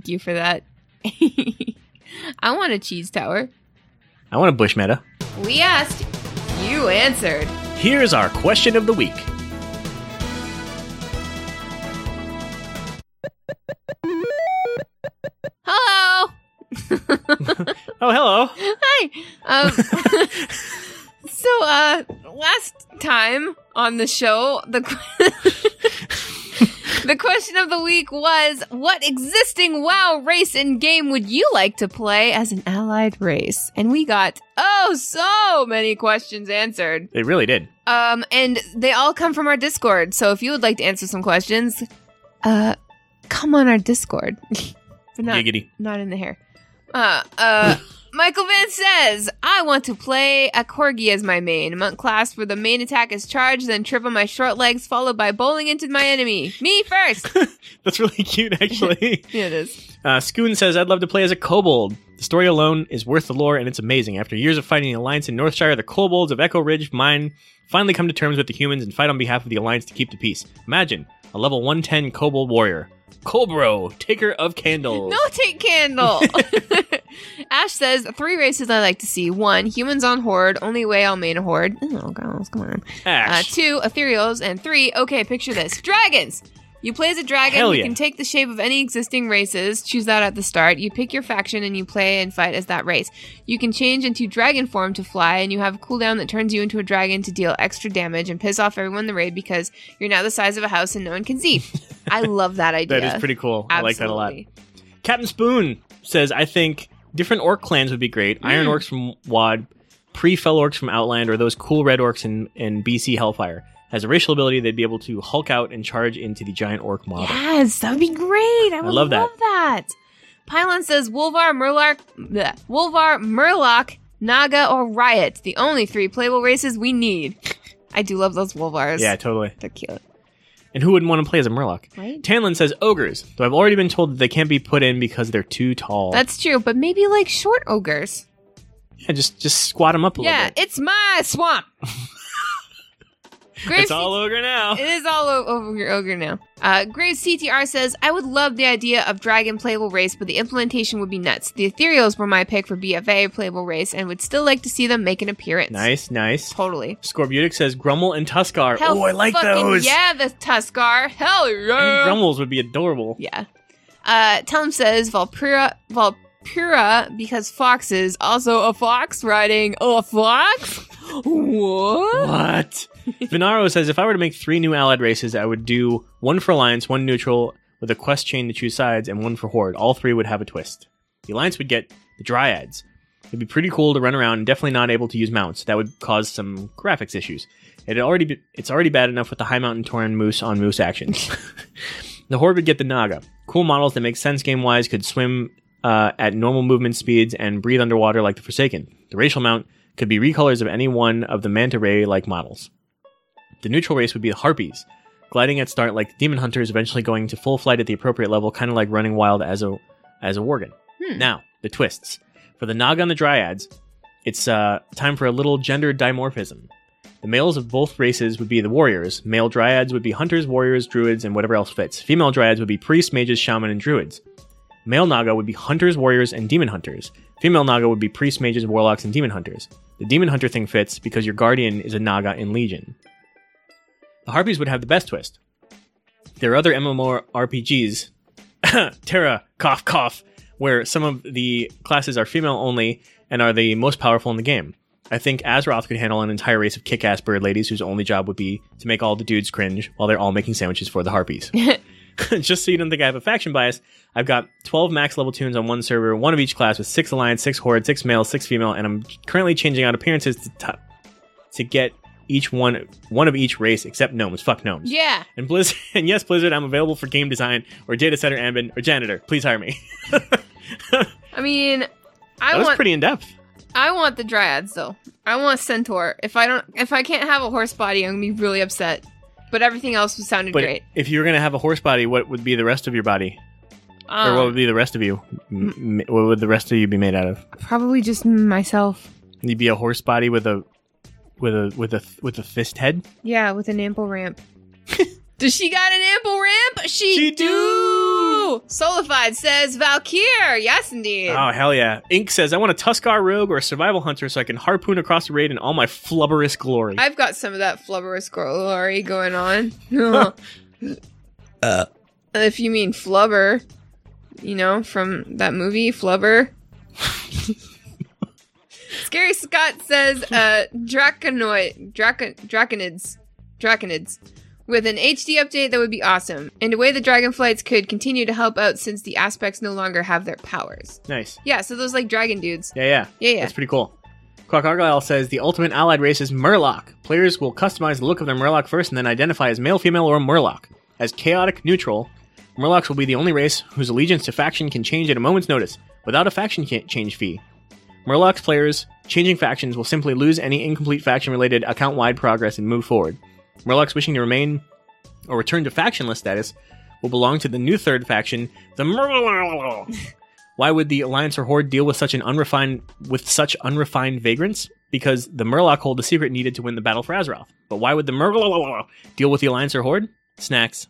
Speaker 2: you for that. I want a cheese tower.
Speaker 1: I want a bush meta.
Speaker 2: We asked, you answered.
Speaker 1: Here's our question of the week.
Speaker 2: Hello.
Speaker 1: Oh, hello.
Speaker 2: Hi. Um, so, uh, last time on the show, the que- the question of the week was, what existing WoW race and game would you like to play as an allied race? And we got oh so many questions answered.
Speaker 1: They really did.
Speaker 2: Um, and they all come from our Discord. So if you would like to answer some questions, uh, come on our Discord. but not,
Speaker 1: Giggity.
Speaker 2: not in the hair. Uh, uh, Michael Van says, I want to play a corgi as my main. Monk class where the main attack is charge, then trip on my short legs, followed by bowling into my enemy. Me first!
Speaker 1: That's really cute, actually.
Speaker 2: yeah, it is.
Speaker 1: uh, Scoon says, I'd love to play as a kobold. The story alone is worth the lore, and it's amazing. After years of fighting the Alliance in Northshire, the kobolds of Echo Ridge Mine finally come to terms with the humans and fight on behalf of the Alliance to keep the peace. Imagine a level 110 kobold warrior. Cobro, taker of candles.
Speaker 2: No take candle. Ash says three races I like to see: one, humans on horde, only way I'll main a horde. Oh girls, come on. Uh,
Speaker 1: Ash.
Speaker 2: two, ethereals, and three. Okay, picture this: dragons. You play as a dragon.
Speaker 1: Hell
Speaker 2: you
Speaker 1: yeah.
Speaker 2: can take the shape of any existing races. Choose that at the start. You pick your faction and you play and fight as that race. You can change into dragon form to fly, and you have a cooldown that turns you into a dragon to deal extra damage and piss off everyone in the raid because you're now the size of a house and no one can see. I love that idea.
Speaker 1: That is pretty cool. I like that a lot.
Speaker 2: Absolutely.
Speaker 1: Captain Spoon says, I think different orc clans would be great.
Speaker 2: Hmm.
Speaker 1: Iron orcs from WAD, pre fell orcs from Outland, or those cool red orcs in, in BC Hellfire. As a racial ability, they'd be able to hulk out and charge into the giant orc mob.
Speaker 2: Yes, that would be great. I would
Speaker 1: love
Speaker 2: love
Speaker 1: that.
Speaker 2: that. Pylon says Wolvar, Murloc, bleh, Wolvar, Murloc, Naga, or Riot. The only three playable races we need. I do love those Wolvars.
Speaker 1: Yeah, totally.
Speaker 2: They're cute.
Speaker 1: And who wouldn't want to play as a Murloc?
Speaker 2: Right?
Speaker 1: Tanlin says ogres, though I've already been told that they can't be put in because they're too tall.
Speaker 2: That's true, but maybe like short ogres.
Speaker 1: yeah, just just squat them up a
Speaker 2: Yeah,
Speaker 1: little bit.
Speaker 2: it's my swamp. Graves-
Speaker 1: It's all ogre now.
Speaker 2: It is all o- over your ogre now. Uh, Graves CTR says, I would love the idea of dragon playable race, but the implementation would be nuts. The ethereals were my pick for BFA playable race and would still like to see them make an appearance.
Speaker 1: Nice, nice.
Speaker 2: Totally.
Speaker 1: Scorbutic says Grummel and Tuskar.
Speaker 2: Hell
Speaker 1: oh, I like
Speaker 2: fucking
Speaker 1: those.
Speaker 2: Yeah, the Tuskar. Hell
Speaker 1: I
Speaker 2: yeah.
Speaker 1: think Grummels would be adorable.
Speaker 2: yeah. Uh, Tellum says Valpura, Valpura, because foxes, also a fox riding a fox? what?
Speaker 1: What? Venaro says if I were to make three new allied races, I would do one for Alliance, one neutral, with a quest chain to choose sides, and one for Horde. All three would have a twist. The Alliance would get the Dryads. It'd be pretty cool to run around and definitely not able to use mounts. That would cause some graphics issues. It already be, it's already bad enough with the high mountain Torin moose on moose actions. the Horde would get the Naga. Cool models that make sense game wise could swim uh, at normal movement speeds and breathe underwater like the Forsaken. The racial mount could be recolors of any one of the manta ray like models. The neutral race would be the Harpies, gliding at start like the demon hunters, eventually going to full flight at the appropriate level, kind of like running wild as a as a worgen. Now the twists for the Naga and the Dryads. It's uh, time for a little gender dimorphism. The males of both races would be the warriors. Male dryads would be hunters, warriors, druids, and whatever else fits. Female dryads would be priests, mages, shaman, and druids. Male Naga would be hunters, warriors, and demon hunters. Female Naga would be priests, mages, warlocks, and demon hunters. The demon hunter thing fits because your guardian is a Naga in Legion. The Harpies would have the best twist. There are other MMORPGs, Terra, cough, cough, where some of the classes are female only and are the most powerful in the game. I think Azeroth could handle an entire race of kick ass bird ladies whose only job would be to make all the dudes cringe while they're all making sandwiches for the Harpies. Just so you don't think I have a faction bias, I've got 12 max level tunes on one server, one of each class with six alliance, six horde, six male, six female, and I'm currently changing out appearances to, t- to get each one one of each race except gnomes. Fuck gnomes.
Speaker 2: Yeah.
Speaker 1: And Blizzard, and yes, Blizzard, I'm available for game design or data center admin or janitor. Please hire me.
Speaker 2: I mean,
Speaker 1: That
Speaker 2: I
Speaker 1: was
Speaker 2: want
Speaker 1: pretty in depth.
Speaker 2: I want the dryads though. I want centaur. If I don't, if I can't have a horse body, I'm gonna be really upset. But everything else was sounded
Speaker 1: But
Speaker 2: great.
Speaker 1: if you were gonna have a horse body, what would be the rest of your body, or what would
Speaker 2: Um,
Speaker 1: be the rest of you?
Speaker 2: Hmm.
Speaker 1: M- m- what would the rest of you be made out of?
Speaker 2: probably just myself.
Speaker 1: You'd be a horse body with a with a with a with a fist head.
Speaker 2: Yeah, with an ample ramp. Does she got an ample ramp? She,
Speaker 1: She
Speaker 2: do. Ah, Solified says Valkyr. Yes, indeed.
Speaker 1: Oh hell yeah! Ink says I want a Tuskar rogue or a survival hunter so I can harpoon across the raid in all my flubberous glory.
Speaker 2: I've got some of that flubberous glory going on. Uh, If you mean flubber, you know, from that movie, Flubber. Scary Scott says uh, draconoid, draco, draconids, draconids. With an HD update, that would be awesome. And a way the dragonflights could continue to help out since the aspects no longer have their powers.
Speaker 1: nice.
Speaker 2: Yeah, so those like dragon dudes.
Speaker 1: Yeah, yeah.
Speaker 2: Yeah, yeah.
Speaker 1: That's pretty cool. Quark Argyle says the ultimate allied race is Murloc. Players will customize the look of their Murloc first and then identify as male, female, or Murloc. As chaotic neutral, Murlocs will be the only race whose allegiance to faction can change at a moment's notice without a faction ca- change fee. Murlocs players changing factions will simply lose any incomplete faction related account wide progress and move forward. Murlocs wishing to remain or return to factionless status will belong to the new third faction, the Murloc. Why would the Alliance or Horde deal with such an unrefined with such unrefined vagrants? Because the Murloc hold the secret needed to win the battle for Azeroth. But why would the Murloc deal with the Alliance or Horde? Snacks.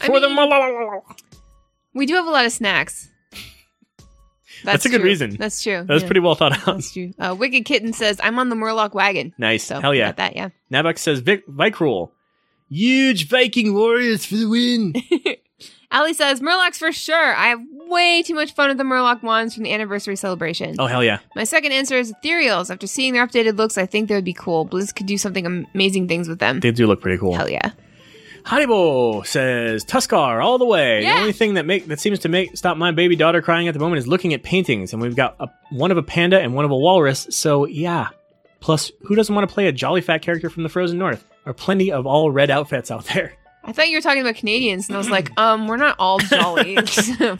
Speaker 2: I
Speaker 1: For the
Speaker 2: mean,
Speaker 1: Murloc.
Speaker 2: we do have a lot of snacks.
Speaker 1: That's a good
Speaker 2: true.
Speaker 1: reason.
Speaker 2: That's true.
Speaker 1: That was
Speaker 2: yeah.
Speaker 1: pretty well thought out.
Speaker 2: That's true. Uh, Wicked Kitten says, "I'm on the Murloc wagon."
Speaker 1: nice.
Speaker 2: So
Speaker 1: Hell yeah.
Speaker 2: got that yeah.
Speaker 1: Nabok says Vic- Vikruel. Huge Viking warriors for the win.
Speaker 2: Ali says, "Murlocs for sure. I have way too much fun with the Murloc wands from the anniversary celebration.
Speaker 1: oh hell yeah.
Speaker 2: My second answer is ethereals. After seeing their updated looks, I think they would be cool. Blizz could do something am- amazing things with them.
Speaker 1: They do look pretty cool.
Speaker 2: Hell yeah.
Speaker 1: Haribo says Tuskar all the way.
Speaker 2: Yeah.
Speaker 1: The only thing that make that seems to make stop my baby daughter crying at the moment is looking at paintings, and we've got a, one of a panda and one of a walrus. So yeah. Plus, who doesn't want to play a jolly fat character from the frozen north? There Are plenty of all red outfits out there.
Speaker 2: I thought you were talking about Canadians, and I was like, um, we're not all jolly.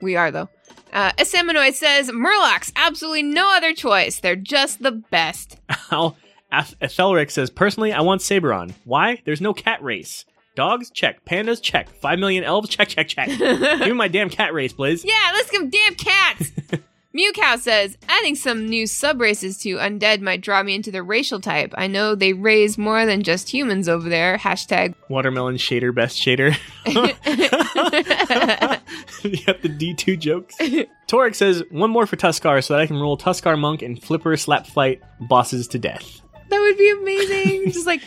Speaker 2: we are though. Uh, Asaminoid says, "Murlocs, absolutely no other choice. They're just the best."
Speaker 1: Al Ath- Athelric says personally, I want Saberon. Why? There's no cat race. Dogs check, pandas check, five million elves check, check, check. Give me my damn cat race, Blizz.
Speaker 2: Yeah, let's give 'em damn cats. Mewcow says, adding some new subraces to undead might draw me into the racial type. I know they raise more than just humans over there. Hashtag.
Speaker 1: Watermelon shader, best shader. you got the D2 jokes. Torek says, one more for Tuskar so that I can roll Tuskar Monk and Flipper Slap Fight bosses to death.
Speaker 2: That would be amazing. just like.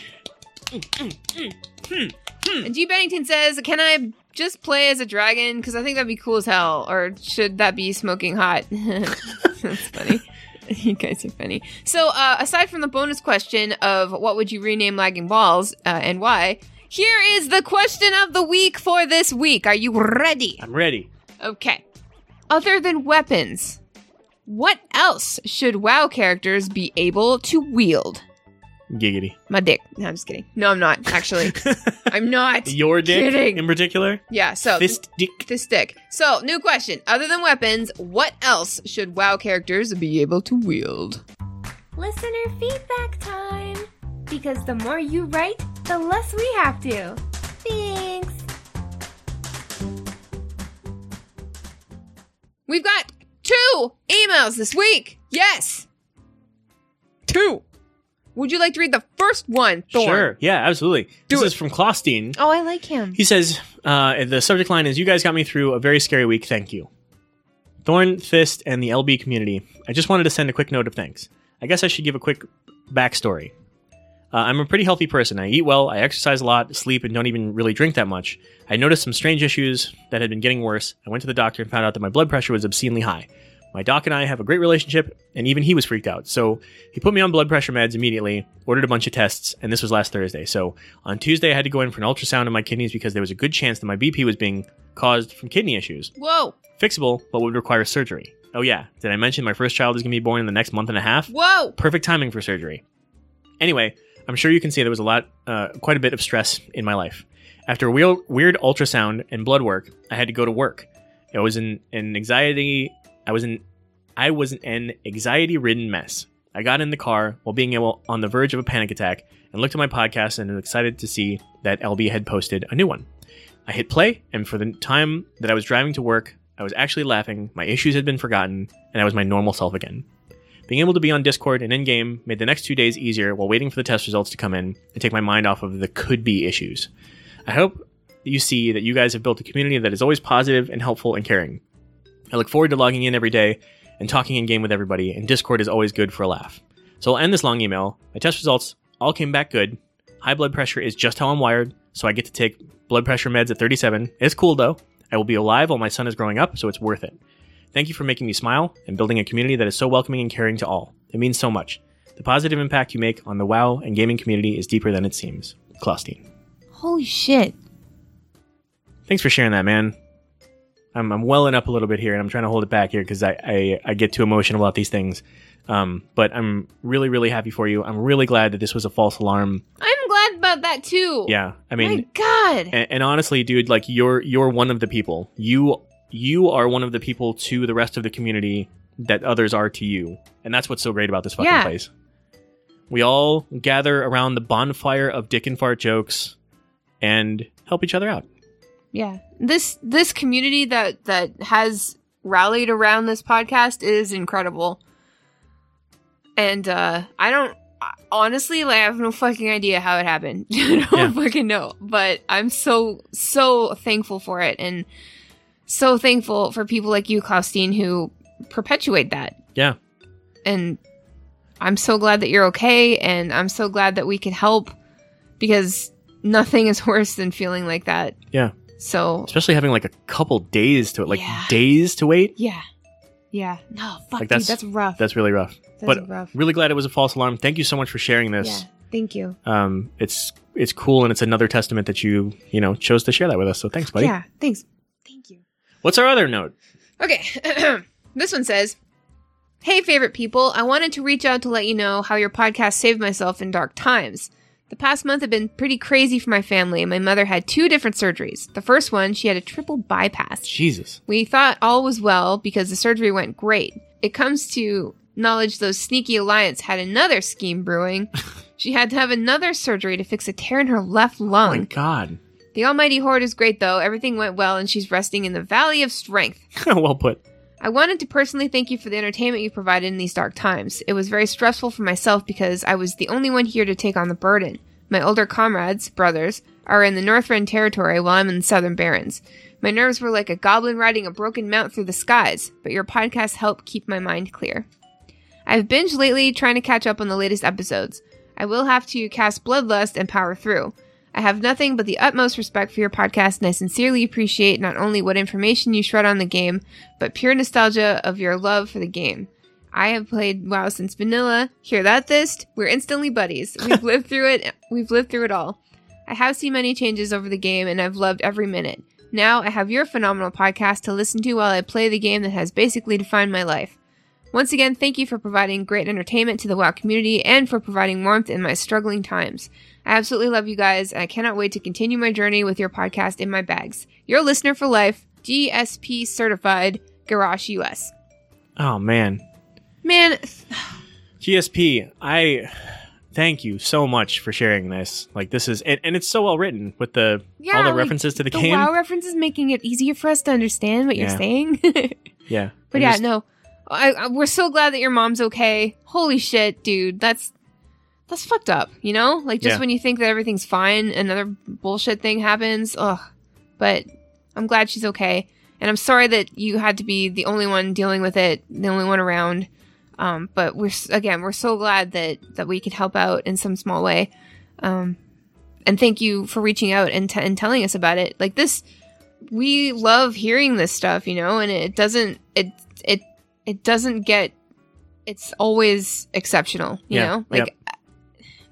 Speaker 2: And G. Bennington says, can I just play as a dragon? Because I think that'd be cool as hell. Or should that be smoking hot? That's funny. You guys are funny. So, uh, aside from the bonus question of what would you rename lagging balls uh, and why, here is the question of the week for this week. Are you ready?
Speaker 1: I'm ready.
Speaker 2: Okay. Other than weapons, what else should WoW characters be able to wield?
Speaker 1: Giggity.
Speaker 2: My dick. No, I'm just kidding. No, I'm not, actually. I'm not.
Speaker 1: Your dick
Speaker 2: Kidding. Uh,
Speaker 1: in particular?
Speaker 2: Yeah, so
Speaker 1: Fist dick.
Speaker 2: this dick. So, new question. Other than weapons, what else should WoW characters be able to wield?
Speaker 3: Listener feedback time! Because the more you write, the less we have to. Thanks!
Speaker 2: We've got two emails this week. Yes. Two. Would you like to read the first one, Thorn?
Speaker 1: Sure. Yeah, absolutely.
Speaker 2: Do
Speaker 1: this
Speaker 2: it.
Speaker 1: is from Klostein.
Speaker 2: Oh, I like him.
Speaker 1: He says, uh, the subject line is, You guys got me through a very scary week. Thank you. Thorn, Fist, and the LB community. I just wanted to send a quick note of thanks. I guess I should give a quick backstory. Uh, I'm a pretty healthy person. I eat well, I exercise a lot, sleep, and don't even really drink that much. I noticed some strange issues that had been getting worse. I went to the doctor and found out that my blood pressure was obscenely high. My doc and I have a great relationship, and even he was freaked out. So he put me on blood pressure meds immediately, ordered a bunch of tests, and this was last Thursday. So on Tuesday, I had to go in for an ultrasound of my kidneys because there was a good chance that my BP was being caused from kidney issues
Speaker 2: Whoa.
Speaker 1: fixable, but would require surgery. Oh, yeah. Did I mention my first child is going to be born in the next month and a half?
Speaker 2: Whoa.
Speaker 1: Perfect timing for surgery. Anyway, I'm sure you can see there was a lot, uh, quite a bit of stress in my life. After a weird, weird ultrasound and blood work, I had to go to work. It was an, an anxiety. I was in, I was an anxiety-ridden mess. I got in the car while being able, on the verge of a panic attack and looked at my podcast and was excited to see that LB had posted a new one. I hit play, and for the time that I was driving to work, I was actually laughing. My issues had been forgotten, and I was my normal self again. Being able to be on Discord and in game made the next two days easier while waiting for the test results to come in and take my mind off of the could be issues. I hope you see that you guys have built a community that is always positive and helpful and caring. I look forward to logging in every day and talking in game with everybody, and Discord is always good for a laugh. So I'll end this long email. My test results all came back good. High blood pressure is just how I'm wired, so I get to take blood pressure meds at 37. It's cool though. I will be alive while my son is growing up, so it's worth it. Thank you for making me smile and building a community that is so welcoming and caring to all. It means so much. The positive impact you make on the WoW and gaming community is deeper than it seems. Klostein.
Speaker 2: Holy shit.
Speaker 1: Thanks for sharing that, man. I'm, I'm welling up a little bit here, and I'm trying to hold it back here because I, I, I get too emotional about these things. Um, but I'm really, really happy for you. I'm really glad that this was a false alarm.
Speaker 2: I'm glad about that too.
Speaker 1: Yeah, I mean,
Speaker 2: My God.
Speaker 1: and, and honestly dude like you're you're one of the people you you are one of the people to the rest of the community that others are to you and that's what's so great about this fucking
Speaker 2: Yeah.
Speaker 1: place we all gather around the bonfire of dick and fart jokes and help each other out
Speaker 2: yeah this this community that that has rallied around this podcast is incredible and uh i don't honestly like i have no fucking idea how it happened i don't
Speaker 1: Yeah.
Speaker 2: fucking know but i'm so so thankful for it and so thankful for people like you Claustine who perpetuate that
Speaker 1: Yeah.
Speaker 2: and i'm so glad that you're okay and i'm so glad that we can help because nothing is worse than feeling like that
Speaker 1: Yeah.
Speaker 2: so
Speaker 1: Especially having like a couple days to it, like
Speaker 2: Yeah.
Speaker 1: days to wait.
Speaker 2: yeah. Yeah. No, fuck,
Speaker 1: Like,
Speaker 2: dude.
Speaker 1: that's-
Speaker 2: That's rough.
Speaker 1: That's really rough.
Speaker 2: That's
Speaker 1: but
Speaker 2: rough.
Speaker 1: Really glad it was a false alarm. Thank you so much for sharing this.
Speaker 2: Yeah. Thank you.
Speaker 1: Um, it's it's cool and it's another testament that you you know chose to share that with us. So thanks, buddy.
Speaker 2: Yeah. Thanks. Thank you.
Speaker 1: What's our other note?
Speaker 2: Okay. this one says Hey, favorite people. I wanted to reach out to let you know how your podcast saved myself in dark times. The past month had been pretty crazy for my family, and my mother had two different surgeries. The first one, she had a triple bypass.
Speaker 1: Jesus.
Speaker 2: We thought all was well because the surgery went great. It comes to knowledge those sneaky alliance had another scheme brewing. she had to have another surgery to fix a tear in her left
Speaker 1: Oh my
Speaker 2: lung.
Speaker 1: God.
Speaker 2: the Almighty Horde is great though. Everything went well and she's resting in the Valley of Strength.
Speaker 1: well put.
Speaker 2: I wanted to personally thank you for the entertainment you provided in these dark times. It was very stressful for myself because I was the only one here to take on the burden. My older comrades, brothers, are in the Northrend territory while I'm in the Southern Barrens. My nerves were like a goblin riding a broken mount through the skies, but your podcast helped keep my mind clear. I've binged lately trying to catch up on the latest episodes. I will have to cast Bloodlust and power through. I have nothing but the utmost respect for your podcast, and I sincerely appreciate not only what information you shred on the game, but pure nostalgia of your love for the game. I have played WoW since vanilla. Hear that, Thist? We're instantly buddies. We've lived through it. We've lived through it all. I have seen many changes over the game, and I've loved every minute. Now I have your phenomenal podcast to listen to while I play the game that has basically defined my life. Once again, thank you for providing great entertainment to the WoW community and for providing warmth in my struggling times. I absolutely love you guys, and I cannot wait to continue my journey with your podcast in my bags. Your listener for life, GSP certified, Garage US.
Speaker 1: Oh man.
Speaker 2: Man, th-
Speaker 1: GSP, I thank you so much for sharing this. Like this is and, and it's so well written with the
Speaker 2: yeah,
Speaker 1: all the
Speaker 2: like,
Speaker 1: references to the,
Speaker 2: the
Speaker 1: game.
Speaker 2: WoW reference is making it easier for us to understand what
Speaker 1: Yeah.
Speaker 2: you're saying. but
Speaker 1: yeah. I'm
Speaker 2: yeah,
Speaker 1: just-
Speaker 2: no, I, I, we're so glad that your mom's okay. Holy shit, dude, that's that's fucked up. You know, like just
Speaker 1: Yeah.
Speaker 2: when you think that everything's fine, another bullshit thing happens. Ugh. But I'm glad she's okay, and I'm sorry that you had to be the only one dealing with it, the only one around. Um, but we're s- again, we're so glad that that we could help out in some small way. Um, and thank you for reaching out and, t- and telling us about it. Like this, we love hearing this stuff, you know, and it doesn't it it it doesn't get. It's always exceptional, you
Speaker 1: Yeah,
Speaker 2: know. Like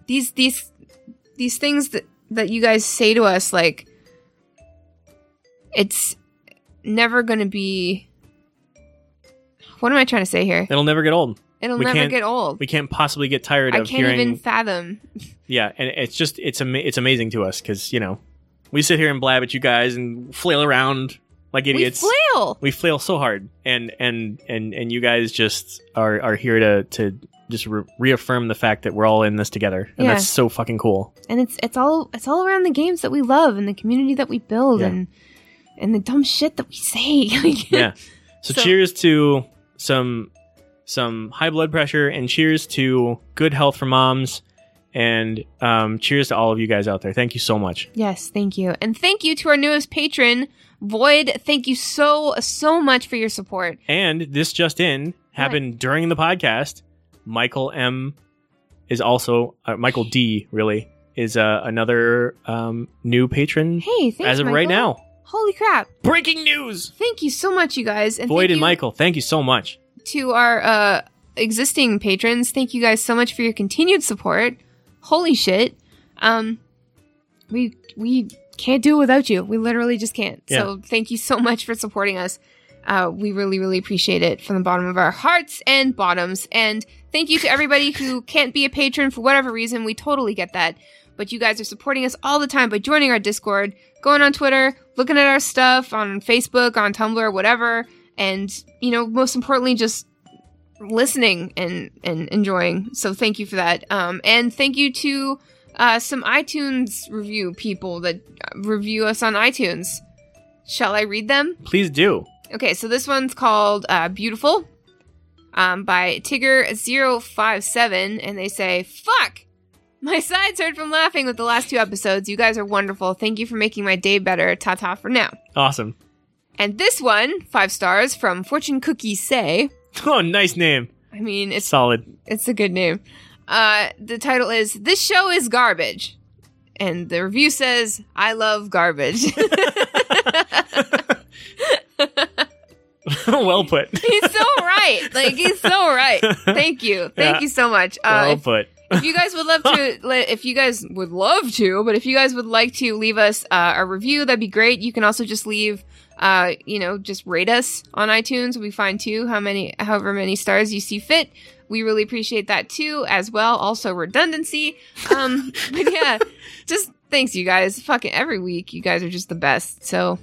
Speaker 2: these these these things that that you guys say to us, like it's never going to be. What am I trying to say here?
Speaker 1: It'll never get old.
Speaker 2: It'll
Speaker 1: we
Speaker 2: never
Speaker 1: can't-
Speaker 2: get old.
Speaker 1: We can't possibly get tired
Speaker 2: I
Speaker 1: of
Speaker 2: can't
Speaker 1: hearing
Speaker 2: even fathom.
Speaker 1: Yeah, and it's just it's ama- it's amazing to us cuz, you know, we sit here and blab at you guys and flail around like idiots.
Speaker 2: We flail.
Speaker 1: we flail so hard and and and and you guys just are are here to to just re- reaffirm the fact that we're all in this together and
Speaker 2: Yeah.
Speaker 1: that's so fucking cool
Speaker 2: and it's it's all it's all around the games that we love and the community that we build
Speaker 1: Yeah.
Speaker 2: and and the dumb shit that we say. Like,
Speaker 1: yeah so,
Speaker 2: So-
Speaker 1: cheers to some some high blood pressure and cheers to good health for moms and um, cheers to all of you guys out there thank you so much
Speaker 2: Yes, thank you. And thank you to our newest patron, Void. Thank you so so much for your support.
Speaker 1: and this just in happened during the podcast michael m is also uh, michael d really is uh, another um, new patron
Speaker 2: Hey, thanks
Speaker 1: as of right
Speaker 2: Michael.
Speaker 1: now
Speaker 2: Holy crap.
Speaker 1: Breaking news!
Speaker 2: Thank you so much you guys and
Speaker 1: Boyd
Speaker 2: thank
Speaker 1: and
Speaker 2: you-
Speaker 1: Michael, thank you so much.
Speaker 2: to our uh, existing patrons. Thank you guys so much for your continued support. Holy shit, um, we we can't do it without you. We literally just can't. So thank you so much for supporting us. Uh, we really really appreciate it from the bottom of our hearts and bottoms. And thank you to everybody who can't be a patron for whatever reason. We totally get that. But you guys are supporting us all the time by joining our Discord, going on Twitter, looking at our stuff on Facebook, on Tumblr, whatever and you know most importantly just listening and and enjoying so thank you for that um and thank you to uh some itunes review people that uh, review us on itunes Shall I read them?
Speaker 1: Please do.
Speaker 2: Okay, so this one's called uh, Beautiful um, by Tigger057, and they say, Fuck! My sides hurt from laughing with the last two episodes. You guys are wonderful. Thank you for making my day better. Ta ta for now.
Speaker 1: Awesome.
Speaker 2: And this one, five stars from Fortune Cookie Say.
Speaker 1: Oh, nice name.
Speaker 2: I mean, it's
Speaker 1: Solid.
Speaker 2: it's a good name. Uh, the title is "This Show Is Garbage," and the review says, "I love garbage."
Speaker 1: well put.
Speaker 2: he's so right. Like he's so right. Thank you. Thank
Speaker 1: Yeah.
Speaker 2: you so much. Uh,
Speaker 1: well
Speaker 2: if-
Speaker 1: put.
Speaker 2: if you guys would love to li- if you guys would love to but if you guys would like to leave us uh, a review that'd be great you can also just leave uh, you know just rate us on itunes we find too how many however many stars you see fit we really appreciate that too as well also redundancy um but yeah just thanks you guys fucking every week you guys are just the best so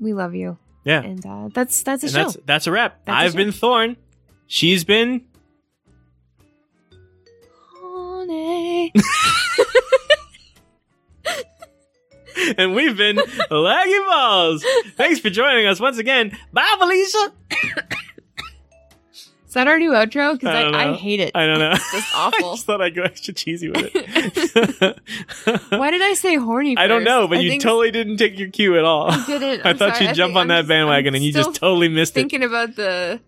Speaker 2: we love you
Speaker 1: Yeah.
Speaker 2: and uh, that's that's a
Speaker 1: and
Speaker 2: show
Speaker 1: that's that's a wrap.
Speaker 2: That's a
Speaker 1: I've
Speaker 2: show.
Speaker 1: been Thorn. She's been
Speaker 2: Honey.
Speaker 1: and we've been Laggy Balls. Thanks for joining us once again. Bye, Felicia.
Speaker 2: is that our new outro because
Speaker 1: I don't
Speaker 2: I, I,
Speaker 1: know.
Speaker 2: hate it
Speaker 1: I don't know.
Speaker 2: it's just
Speaker 1: I
Speaker 2: awful
Speaker 1: just thought I'd go extra cheesy with it.
Speaker 2: Why did I say horny? First?
Speaker 1: I don't know, but
Speaker 2: I
Speaker 1: you
Speaker 2: think
Speaker 1: totally didn't take your cue at all.
Speaker 2: I didn't.
Speaker 1: I
Speaker 2: I'm
Speaker 1: thought
Speaker 2: sorry.
Speaker 1: you'd
Speaker 2: I
Speaker 1: jump
Speaker 2: think
Speaker 1: on
Speaker 2: I'm
Speaker 1: that
Speaker 2: just-
Speaker 1: bandwagon
Speaker 2: I'm
Speaker 1: and you just
Speaker 2: still
Speaker 1: totally missed
Speaker 2: thinking about the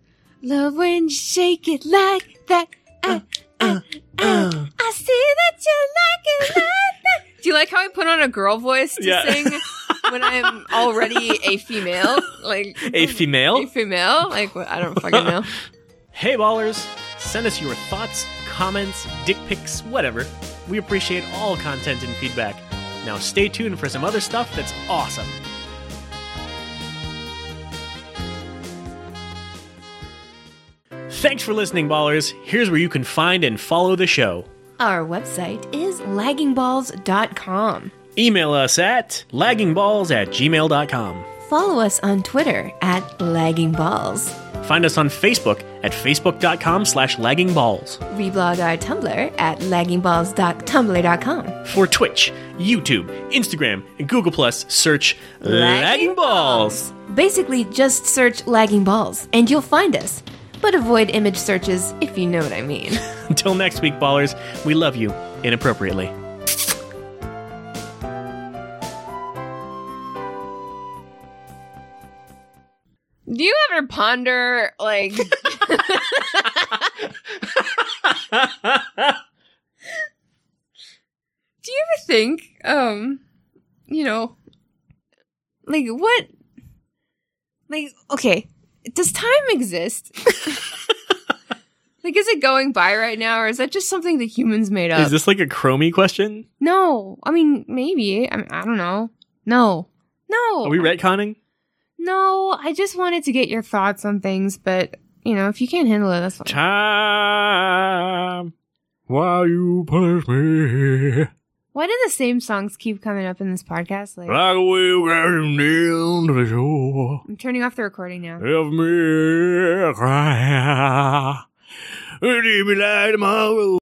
Speaker 2: love when you shake it like that. Uh, uh, uh.
Speaker 3: I see that you like it like that.
Speaker 2: Do you like how I put on a girl voice to
Speaker 1: Yeah.
Speaker 2: sing when I'm already a female? Like
Speaker 1: it. A
Speaker 2: a
Speaker 1: female?
Speaker 2: female? Like what? I don't fucking know.
Speaker 4: Hey ballers, send us your thoughts, comments, dick pics, whatever. We appreciate all content and feedback. Now stay tuned for some other stuff that's awesome. Thanks for listening, ballers. Here's where you can find and follow the show.
Speaker 3: Our website is laggingballs.com.
Speaker 4: Email us at laggingballs at gmail.com.
Speaker 3: Follow us on Twitter at laggingballs.
Speaker 4: Find us on Facebook at facebook.com slash laggingballs.
Speaker 3: Reblog our Tumblr at laggingballs.tumblr.com.
Speaker 4: for Twitch, YouTube, Instagram, and Google Plus, search Lagging Balls.
Speaker 3: Basically, just search lagging balls and you'll find us. But avoid image searches if you know what I mean.
Speaker 4: Until next week, ballers, we love you inappropriately.
Speaker 2: Do you ever ponder like? Do you ever think, um, you know, like what, like okay, does time exist? like, is it going by right now, or is that just something that humans made up?
Speaker 1: Is this like a Chromie question?
Speaker 2: no, I mean maybe. I mean, I don't know. No, no.
Speaker 1: Are we retconning?
Speaker 2: No, I just wanted to get your thoughts on things, but you know, if you can't handle it, that's fine.
Speaker 1: Time. Why you punish me?
Speaker 2: Why do the same songs keep coming up in this podcast? Like,
Speaker 1: Like a whale crashing down to the shore.
Speaker 2: I'm turning off the recording now.
Speaker 1: Help me cry. Leave me like tomorrow.